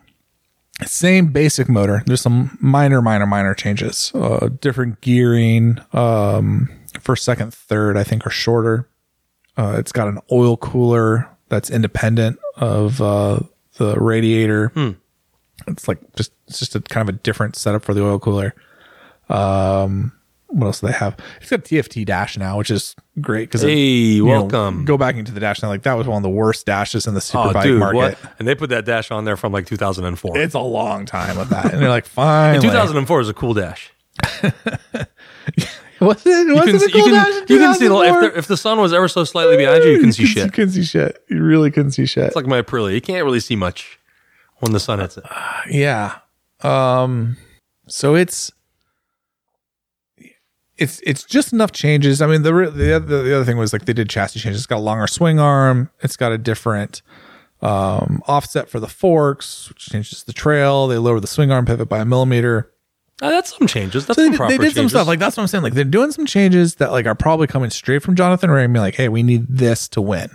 Same basic motor. There's some minor, minor, minor changes. Uh, different gearing. Um, first, second, third, I think, are shorter. Uh, it's got an oil cooler that's independent of uh, the radiator. Hmm. It's like just it's just a kind of a different setup for the oil cooler. Um, what else do they have? It's got TFT dash now, which is great because Hey, welcome. go back into the dash now. Like that was one of the worst dashes in the super bike market. And they put that dash on there from like 2004. It's a long time with that, and they're like, fine. 2004 is a cool dash. Was it? Was it a cool you dash in you can see the, if, 2004? there, if the sun was ever so slightly behind you, you can see couldn't- shit. You It's couldn't see shit. You really couldn't see shit. like my Aprilia. You can't really see much when the sun hits it. Uh, yeah. Um. So it's it's it's just enough changes. I mean, the re- the other, the other thing was like they did chassis changes. It's got a longer swing arm. It's got a different um offset for the forks, which changes the trail. They lower the swing arm pivot by a millimeter. Uh, that's some changes. That's So they, some did- proper they did some changes. stuff like that's what I'm saying. Like they're doing some changes that like are probably coming straight from Jonathan Ray and be like, hey, we need this to win. And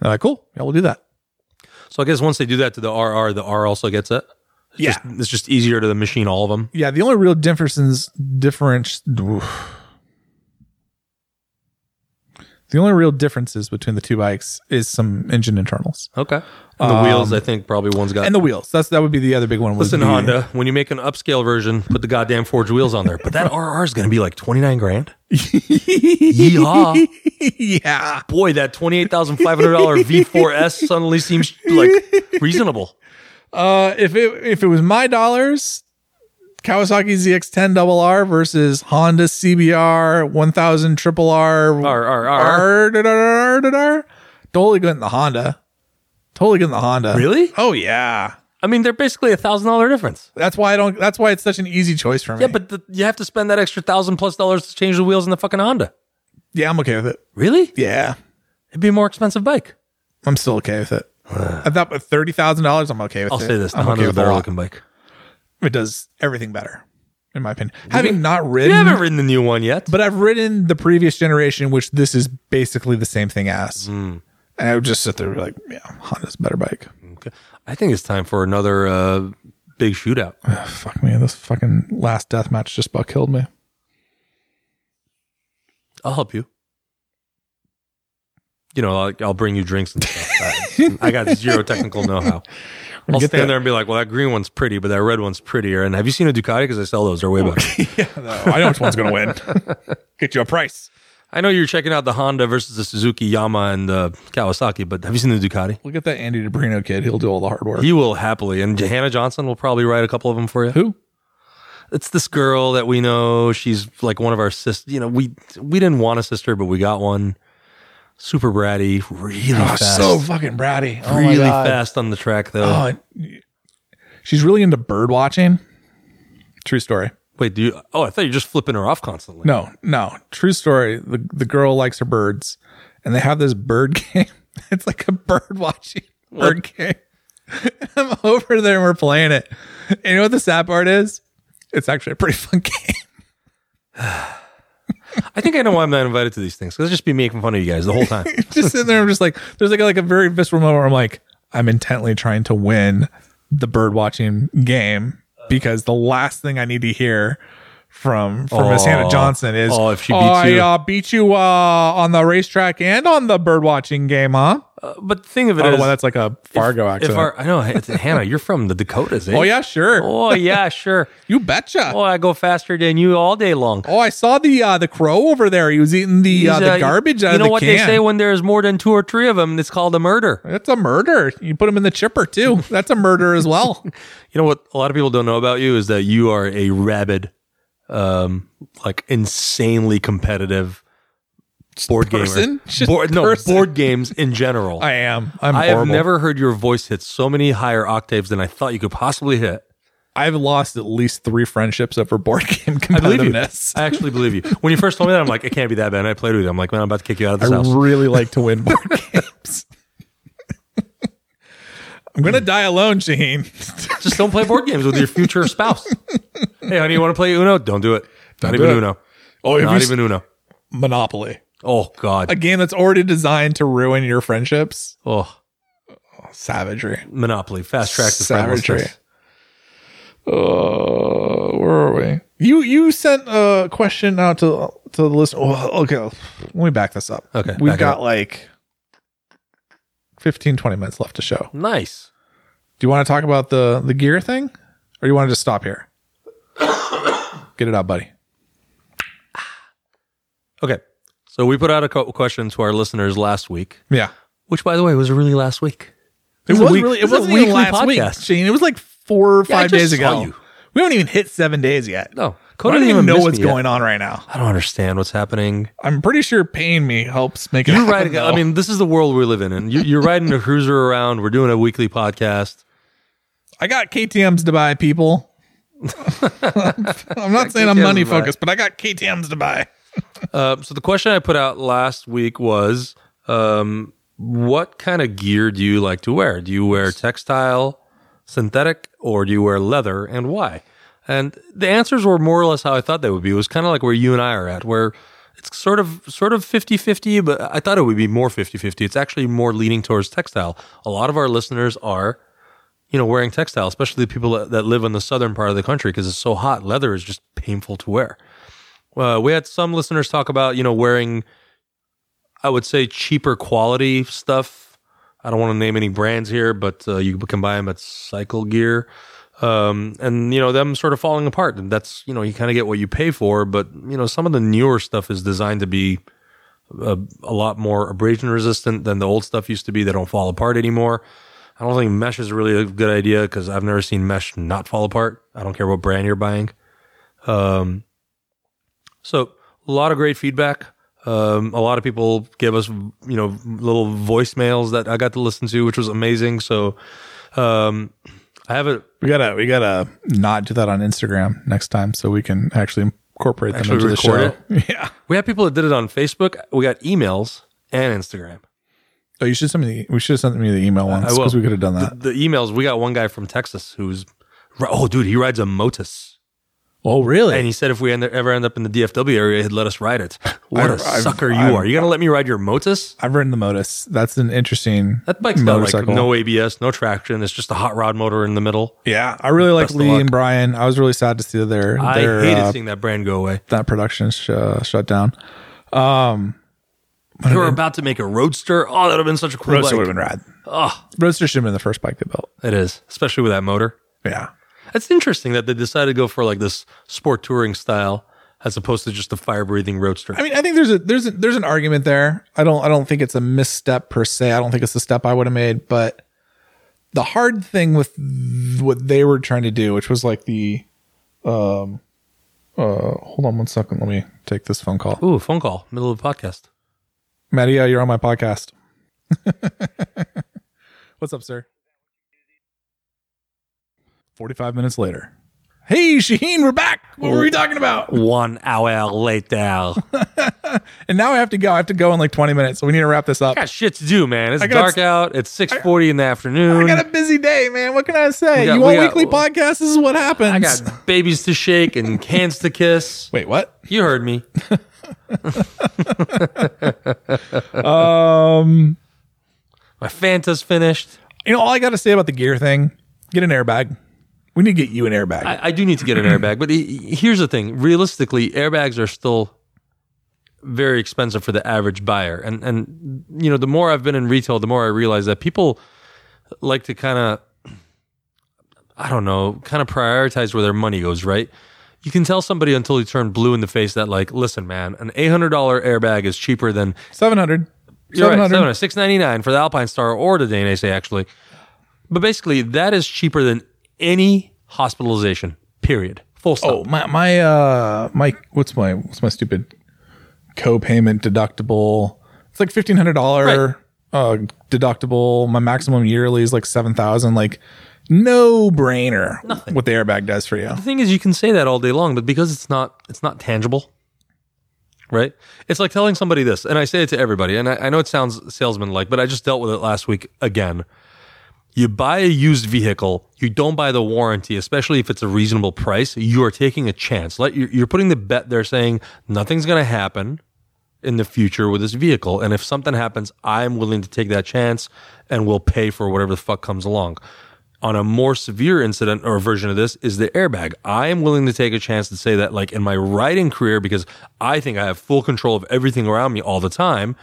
they're like, cool, yeah, we'll do that. So I guess once they do that to the RR, the R also gets it. It's Yeah. just, it's just easier to machine all of them. Yeah, the only real differences difference oof. the only real differences between the two bikes is some engine internals Okay. And the wheels, I think probably one's got. Um, and the wheels. That's that would be the other big one. was listen, the- Honda, when you make an upscale version, put the goddamn forged wheels on there. But that RR is going to be like twenty nine grand. Yeehaw! yeah, Boy, that twenty eight thousand five hundred dollar V4S suddenly seems like reasonable. uh, if it if it was my dollars, Kawasaki ZX10 double R versus Honda CBR 1000 triple R R R R. R da, da, da, da, da, da. totally getting the Honda. Totally getting the Honda. Really? Oh yeah. I mean, they're basically a thousand dollar difference. That's why I don't. That's why it's such an easy choice for me. Yeah, but the, you have to spend that extra thousand plus dollars to change the wheels in the fucking Honda. yeah, I'm okay with it. Really? Yeah, It'd be a more expensive bike. I'm still okay with it. I thought with thirty thousand dollars, I'm okay with I'll it. say this: the I'm Honda's okay a with it, a better lot. looking bike. it does everything better, in my opinion. Having not ridden, You haven't ridden the new one yet. but I've ridden the previous generation, which this is basically the same thing as. Hmm, And I would just sit there and be like, yeah, Honda's a better bike. I think it's time for another uh, big shootout. Fuck me, this fucking last death match just about killed me. I'll help you. You know, I'll, I'll bring you drinks and stuff. I got zero technical know-how. I'll get stand that- there and be like, "Well, that green one's pretty, but that red one's prettier." And have you seen a Ducati? Because I sell those; they're way better. No, I know which one's gonna win. Get you a price. I know you're checking out the Honda versus the Suzuki, Yamaha, and the Kawasaki, but have you seen the Ducati? Look at that Andy DeBrino kid. He'll do all the hard work. He will happily, and Hannah Johnson will probably write a couple of them for you. Who? it's this girl that we know. She's like one of our sisters. You know, we we didn't want a sister, but we got one. Super bratty, really Oh, fast, so fucking bratty. Oh really my God. fast on the track though. Oh, it- she's really into bird watching. True story. Wait, do you? Oh, I thought you were just flipping her off constantly. No, no, true story. The the girl likes her birds, and they have this bird game. It's like a bird watching bird game. I'm over there and we're playing it. And you know what the sad part is? It's actually a pretty fun game. I think I know why I'm not invited to these things. Cause it's just be making fun of you guys the whole time. just sitting there, I'm just like, there's like a, like a very visceral moment where I'm like, I'm intently trying to win the bird watching game because the last thing I need to hear from from Miss Hannah Aw. Johnson is, Aw, if she "Oh, beats I you." uh, beat you uh, on the racetrack and on the bird watching game, huh? Uh, but the thing of it Oh, is, the one that's like a Fargo if accident. our, I know it's, Hannah, you're from the Dakotas. Eh? oh yeah, sure. Oh yeah, sure. You betcha. Oh, I go faster than you all day long. Oh, I saw the uh, the crow over there. He was eating the uh, He's, the uh, garbage You out of know the what can. they say when there's more than two or three of them? It's called a murder. That's a murder. You put him in the chipper too. That's a murder as well. You know what a lot of people don't know about you is that you are a rabid, um, like insanely competitive board person? gamer. Just board, no, person. board games in general. I am. I'm I have horrible. never heard your voice hit so many higher octaves than I thought you could possibly hit. I've lost at least three friendships over board game I believe you. competitiveness. I actually believe you. When you first told me that, I'm like, it can't be that bad. And I played with you. I'm like, man, I'm about to kick you out of this I house. really like to win board games. I'm gonna die alone, Shaheen. Just don't play board games with your future spouse. hey, honey, you want to play Uno? Don't do it. Not do even it. Uno. Oh, if you Not s- even Uno. Monopoly, Oh God. a game that's already designed to ruin your friendships. oh. Savagery. Monopoly, fast track to Savagery. friendlessness. Oh, where are we? You you sent a question out to to the listener. Oh, okay, let me back this up. Okay, we've back it got up. like 15, 20 minutes left to show. Nice. Do you want to talk about the the gear thing, or you want to just stop here? Get it out, buddy. Okay. So we put out a co- question to our listeners last week, Yeah, which, by the way, was really last week. it was was week- really it this is a wasn't even weekly last podcast. week, Shane. It was like four or Yeah, I five just days saw ago. you. We haven't even hit seven days yet. No, I Coda don't didn't even know miss what's me yet. going on right now. I don't understand what's happening. I'm pretty sure paying me helps make it. You're happen, riding. I though. mean, this is the world we live in, and you, you're riding a cruiser around. We're doing a weekly podcast. I got KTM's to buy, people. I'm not saying I'm KTMs money to buy. focused, but I got KTM's to buy. Uh, so the question I put out last week was, um, what kind of gear do you like to wear? Do you wear textile, synthetic, or do you wear leather, and why? And the answers were more or less how I thought they would be. It was kind of like where you and I are at, where it's sort of sort of 50-50, but I thought it would be more 50-50. It's actually more leaning towards textile. A lot of our listeners are you know, wearing textile, especially the people that, that live in the southern part of the country because it's so hot. Leather is just painful to wear. Uh, we had some listeners talk about, you know, wearing, I would say, cheaper quality stuff. I don't want to name any brands here, but uh, you can buy them at Cycle Gear. Um, and, you know, them sort of falling apart. And that's, you know, you kind of get what you pay for. But, you know, some of the newer stuff is designed to be a, a lot more abrasion resistant than the old stuff used to be. They don't fall apart anymore. I don't think mesh is really a good idea because I've never seen mesh not fall apart. I don't care what brand you're buying. Um, so a lot of great feedback. Um, a lot of people give us, you know, little voicemails that I got to listen to, which was amazing. So, um, I have it We gotta we gotta not do that on Instagram next time so we can actually incorporate them Actually into the show. record Yeah. We had people that did it on Facebook. We got emails and Instagram. Oh, you should send me. The, we should have sent me the email once will. because we could have done that. The, the emails, we got one guy from Texas who's, oh, dude, he rides a Motus. oh, really? And he said if we end, ever end up in the DFW area, he'd let us ride it. What I've- a I've- sucker you I've- are. You got to let me ride your Motus? I've ridden the Modus. That's an interesting That bike's motorcycle. got like no ABS, no traction. It's just a hot rod motor in the middle. yeah, I really like Best of Lee luck. and Brian. I was really sad to see that their I their hated uh, seeing that brand go away. that production sh- uh, shut down. They were about to make a Roadster. Oh, that would have been such a cool Roadster would bike. have been rad. Roadster should have been the first bike they built. It is, especially with that motor. Yeah, It's interesting that they decided to go for like this sport touring style as opposed to just the fire breathing roadster. I mean, I think there's a there's a, there's an argument there. I don't I don't think it's a misstep per se. I don't think it's the step I would have made, but the hard thing with th- what they were trying to do, which was like the um uh hold on one second, let me take this phone call. Ooh, phone call, middle of the podcast. Matty, uh, you're on my podcast. What's up, sir? 45 minutes later. Hey, Shaheen, we're back. What were we talking about? One hour later. And now I have to go. I have to go in like 20 minutes. So we need to wrap this up. got shit to do, man. It's got- dark out. It's 6.40 in the afternoon. I got a busy day, man. What can I say? We got- you want we got- weekly podcasts? This is what happens. I got babies to shake and cans to kiss. Wait, what? You heard me. Um, My Fanta's finished. you know, all I got to say about the gear thing, get an airbag. We need to get you an airbag. I, I do need to get an airbag, but he- he- here's the thing: realistically, airbags are still very expensive for the average buyer, and and you know the more I've been in retail, the more I realize that people like to kind of, I don't know, kind of prioritize where their money goes. Right? You can tell somebody until you turn blue in the face that like, listen, man, an eight hundred dollar airbag is cheaper than 700. you're right, 700. 700, 699 for the Alpine Star or the Dane Ace, actually. But basically, that is cheaper than any hospitalization, period. Full stop. Oh my my uh my what's my what's my stupid co-payment deductible? It's like fifteen hundred dollar uh deductible. My maximum yearly is like seven thousand. Like no brainer. What the airbag does for you? The thing is, you can say that all day long, but because it's not, it's not tangible, right? It's like telling somebody this, and I say it to everybody, and I, I know it sounds salesman-like, but I just dealt with it last week again. You buy a used vehicle, you don't buy the warranty, especially if it's a reasonable price. You are taking a chance. Like you're, you're putting the bet there, saying nothing's going to happen. in the future with this vehicle. And if something happens, I'm willing to take that chance and will pay for whatever the fuck comes along. On a more severe incident or version of this is the airbag. I am willing to take a chance to say that, like in my riding career, because I think I have full control of everything around me all the time,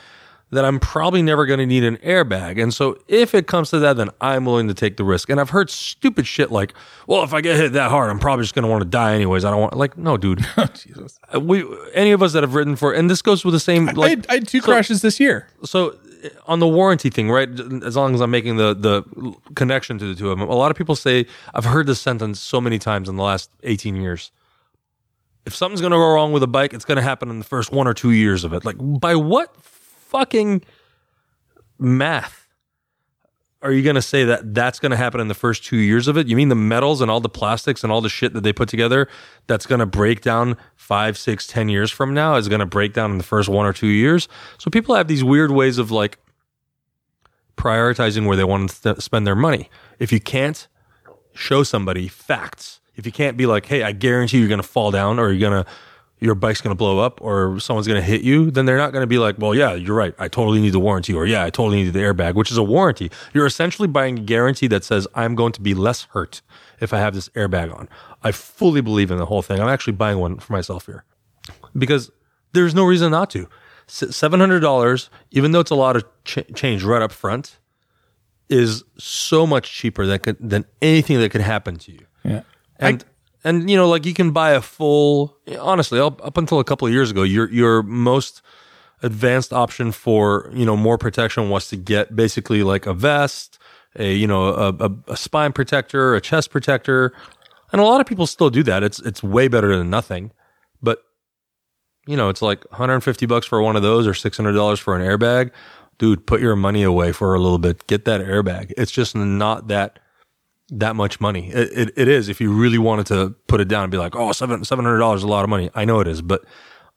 that I'm probably never going to need an airbag. And so if it comes to that, then I'm willing to take the risk. And I've heard stupid shit like, well, if I get hit that hard, I'm probably just going to want to die anyways. I don't want, like, no, dude. Uh, we any of us that have written for and this goes with the same I, like had, I had two crashes this year. so uh, on the warranty thing right as long as i'm making the the connection to the two of them a lot of people say i've heard this sentence so many times in the last 18 years if something's going to go wrong with a bike it's going to happen in the first one or two years of it like by what fucking math are you going to say that that's going to happen in the first two years of it? You mean the metals and all the plastics and all the shit that they put together that's going to break down five, six, ten years from now is going to break down in the first one or two years? So people have these weird ways of like prioritizing where they want to st- spend their money. If you can't show somebody facts, If you can't be like, hey, I guarantee you're gonna fall down or you're gonna your bike's gonna blow up or someone's gonna hit you, then they're not gonna be like, well, yeah, you're right. I totally need the warranty or yeah, I totally need the airbag, which is a warranty. You're essentially buying a guarantee that says I'm going to be less hurt if I have this airbag on. I fully believe in the whole thing. I'm actually buying one for myself here because there's no reason not to. S- $700, even though it's a lot of ch- change right up front, is so much cheaper than, could, than anything that could happen to you. Yeah. And, and you know, like you can buy a full, honestly, up, up until a couple of years ago, your, your most advanced option for, you know, more protection was to get basically like a vest, a, you know, a, a, a spine protector, a chest protector. And a lot of people still do that. It's, it's way better than nothing. But you know, it's like 150 bucks for one of those or $600 for an airbag. Dude, put your money away for a little bit. Get that airbag. It's just not that that much money. It, it, it is if you really wanted to put it down and be like, oh, seven, $700 is a lot of money. I know it is. But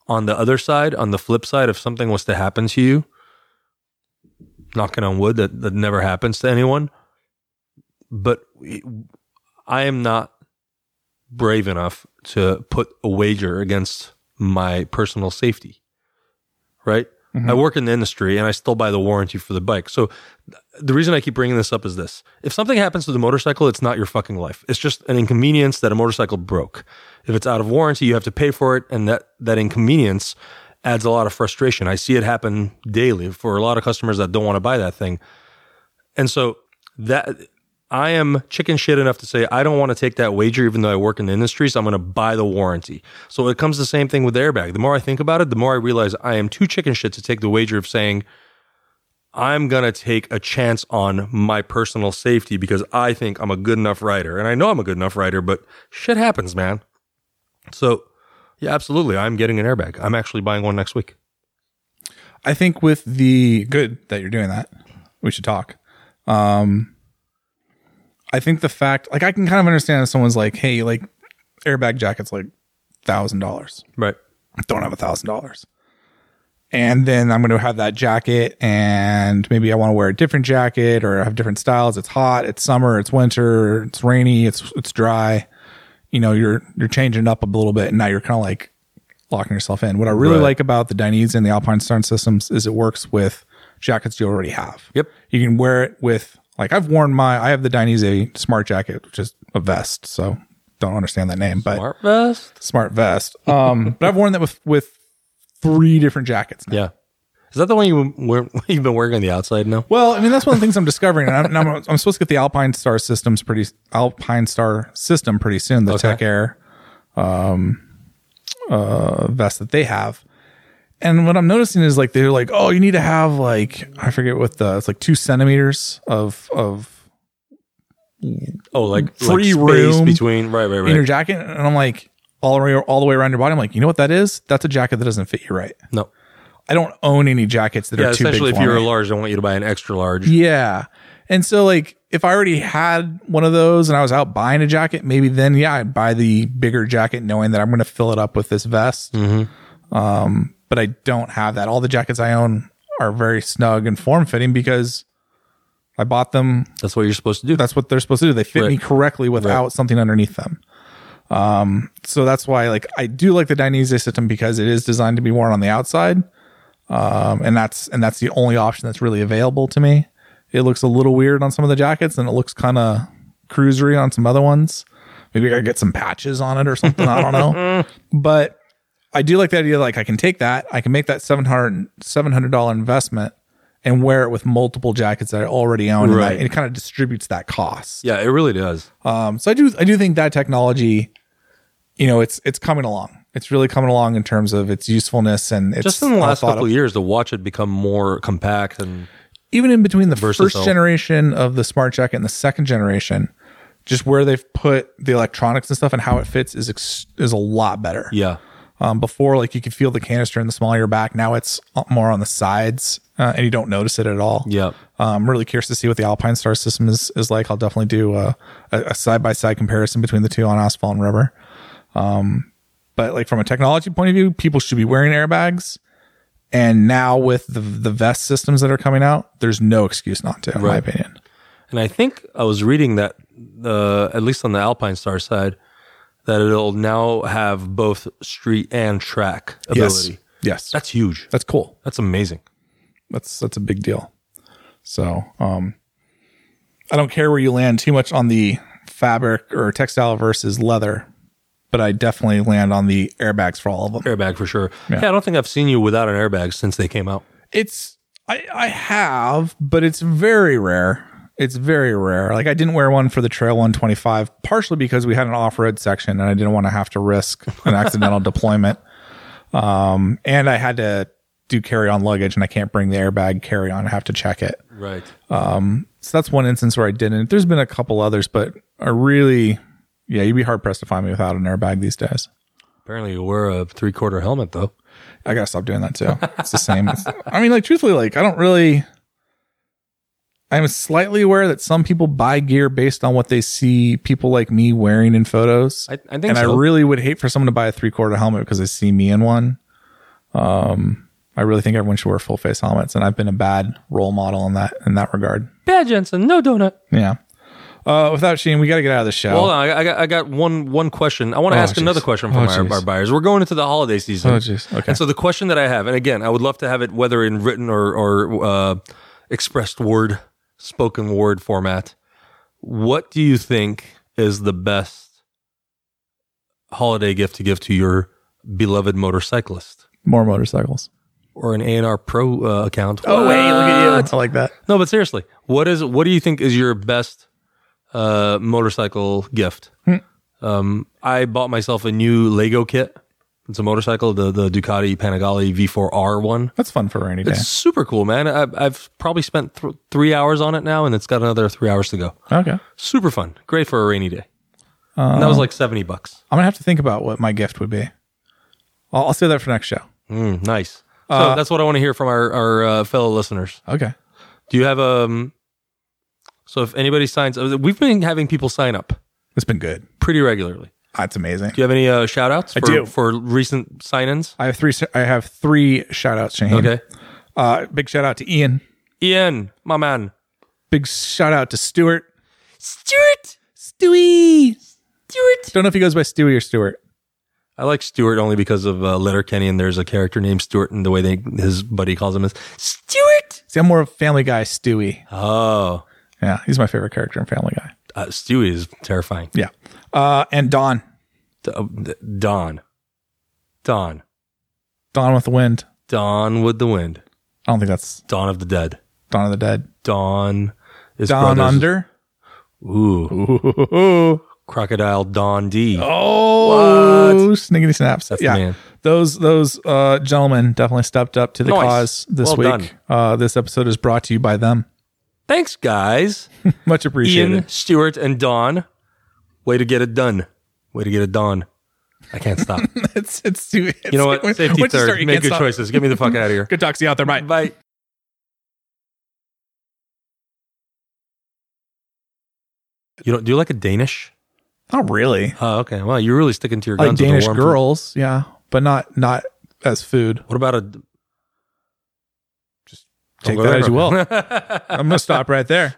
on the other side, on the flip side, if something was to happen to you, knocking on wood, that, that never happens to anyone. But we- I am not brave enough to put a wager against my personal safety. Right? I work in the industry and I still buy the warranty for the bike. So th- the reason I keep bringing this up is this. If something happens to the motorcycle, it's not your fucking life. It's just an inconvenience that a motorcycle broke. If it's out of warranty, you have to pay for it and that that inconvenience adds a lot of frustration. I see it happen daily for a lot of customers that don't want to buy that thing. And so that I am chicken shit enough to say I don't want to take that wager, even though I work in the industry, so I'm going to buy the warranty. So it comes the same thing with the airbag. The more I think about it, the more I realize I am too chicken shit to take the wager of saying I'm going to take a chance on my personal safety because I think I'm a good enough rider. And I know I'm a good enough rider, but shit happens, man. So yeah, absolutely. I'm getting an airbag. I'm actually buying one next week. I think with the good that you're doing that, we should talk. Um, I think the fact, like, I can kind of understand if someone's like, "Hey, like, airbag jacket's like thousand dollars. Right. Don't have a thousand dollars." And then I'm going to have that jacket, and maybe I want to wear a different jacket or have different styles. It's hot, it's summer, it's winter, it's rainy, it's it's dry. You know, you're you're changing it up a little bit, and now you're kind of like locking yourself in. What I really Right. like about the Dainese and the Alpine Stern systems is it works with jackets you already have. Yep. You can wear it with like I've worn my I have the Dainese a smart jacket, which is a vest, so don't understand that name, but smart, Smart vest. vest. Um but I've worn that with with three different jackets now. Yeah. Is that the one you were, you've been wearing on the outside now? Well, I mean that's one of the things I'm discovering, and I'm, and I'm, I'm supposed to get the Alpine Star systems pretty Alpine Star system pretty soon. The Tech Air um, uh, vest that they have, and what I'm noticing is like they're like, oh, you need to have like I forget what the it's like two centimeters of of Oh, like Free free room. room between right, right, right. inner jacket, and I'm like all the way all the way around your body. I'm like, you know what that is? That's a jacket that doesn't fit you right. no, I don't own any jackets that yeah. are too big. Essentially, if for you're me. a large, I want you to buy an extra large. Yeah. And so like if I already had one of those and I was out buying a jacket, maybe then yeah, I'd buy the bigger jacket knowing that I'm gonna fill it up with this vest. Um, but I don't have that. All the jackets I own are very snug and form fitting because I bought them That's what you're supposed to do. that's what they're supposed to do. They fit me Right. correctly without something underneath them. Um, so that's why like I do like the Dainese system because it is designed to be worn on the outside. Um, and that's and that's the only option that's really available to me. It looks a little weird on some of the jackets and it looks kind of cruisery on some other ones. Maybe I gotta get some patches on it or something. I don't know. But I do like the idea like I can take that, I can make that 700 $700 investment and wear it with multiple jackets that I already own. and Right. that- And it kind of distributes that cost. yeah, it really does. Um, so I do I do think that technology, you know, it's it's coming along. It's really coming along in terms of its usefulness and it's Just in the how last thought couple of- of years, the watch had become more compact and even in between the Versatile. first generation of the smart jacket and the second generation, just where they've put the electronics and stuff and how it fits is ex- is a lot better. yeah, Um, before, like you could feel the canister in the small of your back. Now it's uh, more on the sides, uh, and you don't notice it at all. Yeah. I'm really curious to see what the Alpine Star system is is like. I'll definitely do uh, a side by side comparison between the two on asphalt and rubber. Um, but like from a technology point of view, people should be wearing airbags. And now with the the vest systems that are coming out, there's no excuse not to, in my Right. opinion. and I think I was reading that uh, at least on the Alpine Star side, that it'll now have both street and track ability. Yes. Yes. That's huge. That's cool. That's amazing. That's that's a big deal. So, um I don't care where you land too much on the fabric or textile versus leather, but I definitely land on the airbags for all of them. Airbag for sure. Yeah. I don't think I've seen you without an airbag since they came out. It's I I have, but it's very rare. It's very rare. Like I didn't wear one for the Trail 125, partially because we had an off-road section and I didn't want to have to risk an accidental deployment. Um, and I had to do carry-on luggage, and I can't bring the airbag carry-on. I have to check it. Right. So that's one instance where I didn't. There's been a couple others, but I really, yeah, you'd be hard pressed to find me without an airbag these days. Apparently you wear a three quarter helmet though. I gotta stop doing that too. It's the same. I mean, like truthfully, like I don't really. I'm slightly aware that some people buy gear based on what they see people like me wearing in photos, I, I think and so. I really would hate for someone to buy a three quarter helmet because they see me in one. Um, I really think everyone should wear full face helmets, and I've been a bad role model in that in that regard. Bad Jensen, no donut. Yeah. Uh, without Sheen, we got to get out of the show. Hold on, I, I got I got one one question. I want to Oh, ask jeez. another question Oh, from jeez. our, our buyers. We're going into the holiday season. Oh, jeez. Okay. And so the question that I have, and again, I would love to have it whether in written or or uh, expressed word, spoken word format. What do you think is the best holiday gift to give to your beloved motorcyclist More motorcycles. or an A and R Pro uh, account? Oh, I like that. No, but seriously, what is what do you think is your best uh, motorcycle gift? Um, I bought myself a new Lego kit. It's a motorcycle, the the Ducati Panigale V4R one. That's fun for a rainy day. It's super cool, man. I, I've probably spent th- three hours on it now, and it's got another three hours to go. okay. I'm Super fun, great for a rainy day. and that was like seventy bucks. gonna have to think about what my gift would be. I'll, I'll say that for next show. Mm, nice. So that's what I want to hear from our our uh, fellow listeners. Okay. Do you have um? So if anybody signs, uh, we've been having people sign up It's been good. pretty regularly. That's amazing. Do you have any uh, shout outs for, do. for recent sign ins? I have three. I have three shout outs, Shane. Okay. Uh, big shout out to Ian. Ian, my man. Big shout out to Stuart. Stuart! Stewie. Stuart! Don't know if he goes by Stewie or Stuart. I like Stuart only because of uh, Letterkenny, and there's a character named Stuart, and the way they, his buddy calls him is Stuart! See, I'm more of a Family Guy Stewie. Oh, Yeah, he's my favorite character in Family Guy. uh, Stewie is terrifying. Yeah. Uh, and Don. D- uh, d- Don. Don. Don with the wind. Don with the wind. I don't think that's Dawn of the dead. Dawn of the Dead. Don is Don brothers- Under. Ooh. Ooh. Crocodile Don D. Oh, sniggity snaps. That's the yeah. man. Those those uh, gentlemen definitely stepped up to the Nice. cause this Well done. week. Uh, this episode is brought to you by them. Thanks, guys. Much appreciated. Ian, Stewart, and Don. Way to get it done. Way to get it done. I can't stop. it's it's too. it's- You know what? once Safety you third. start, you Make can't good stop. choices. Get me the fuck out of here. Good talk. See you out there. Bye. Bye. You don't, do you like a Danish? Not really. Oh, okay. Wow, you're really sticking to your I guns. like with the Danish warm girls. Yeah, but not not as food. food. What about a? Take that as you will. I'm gonna stop right there.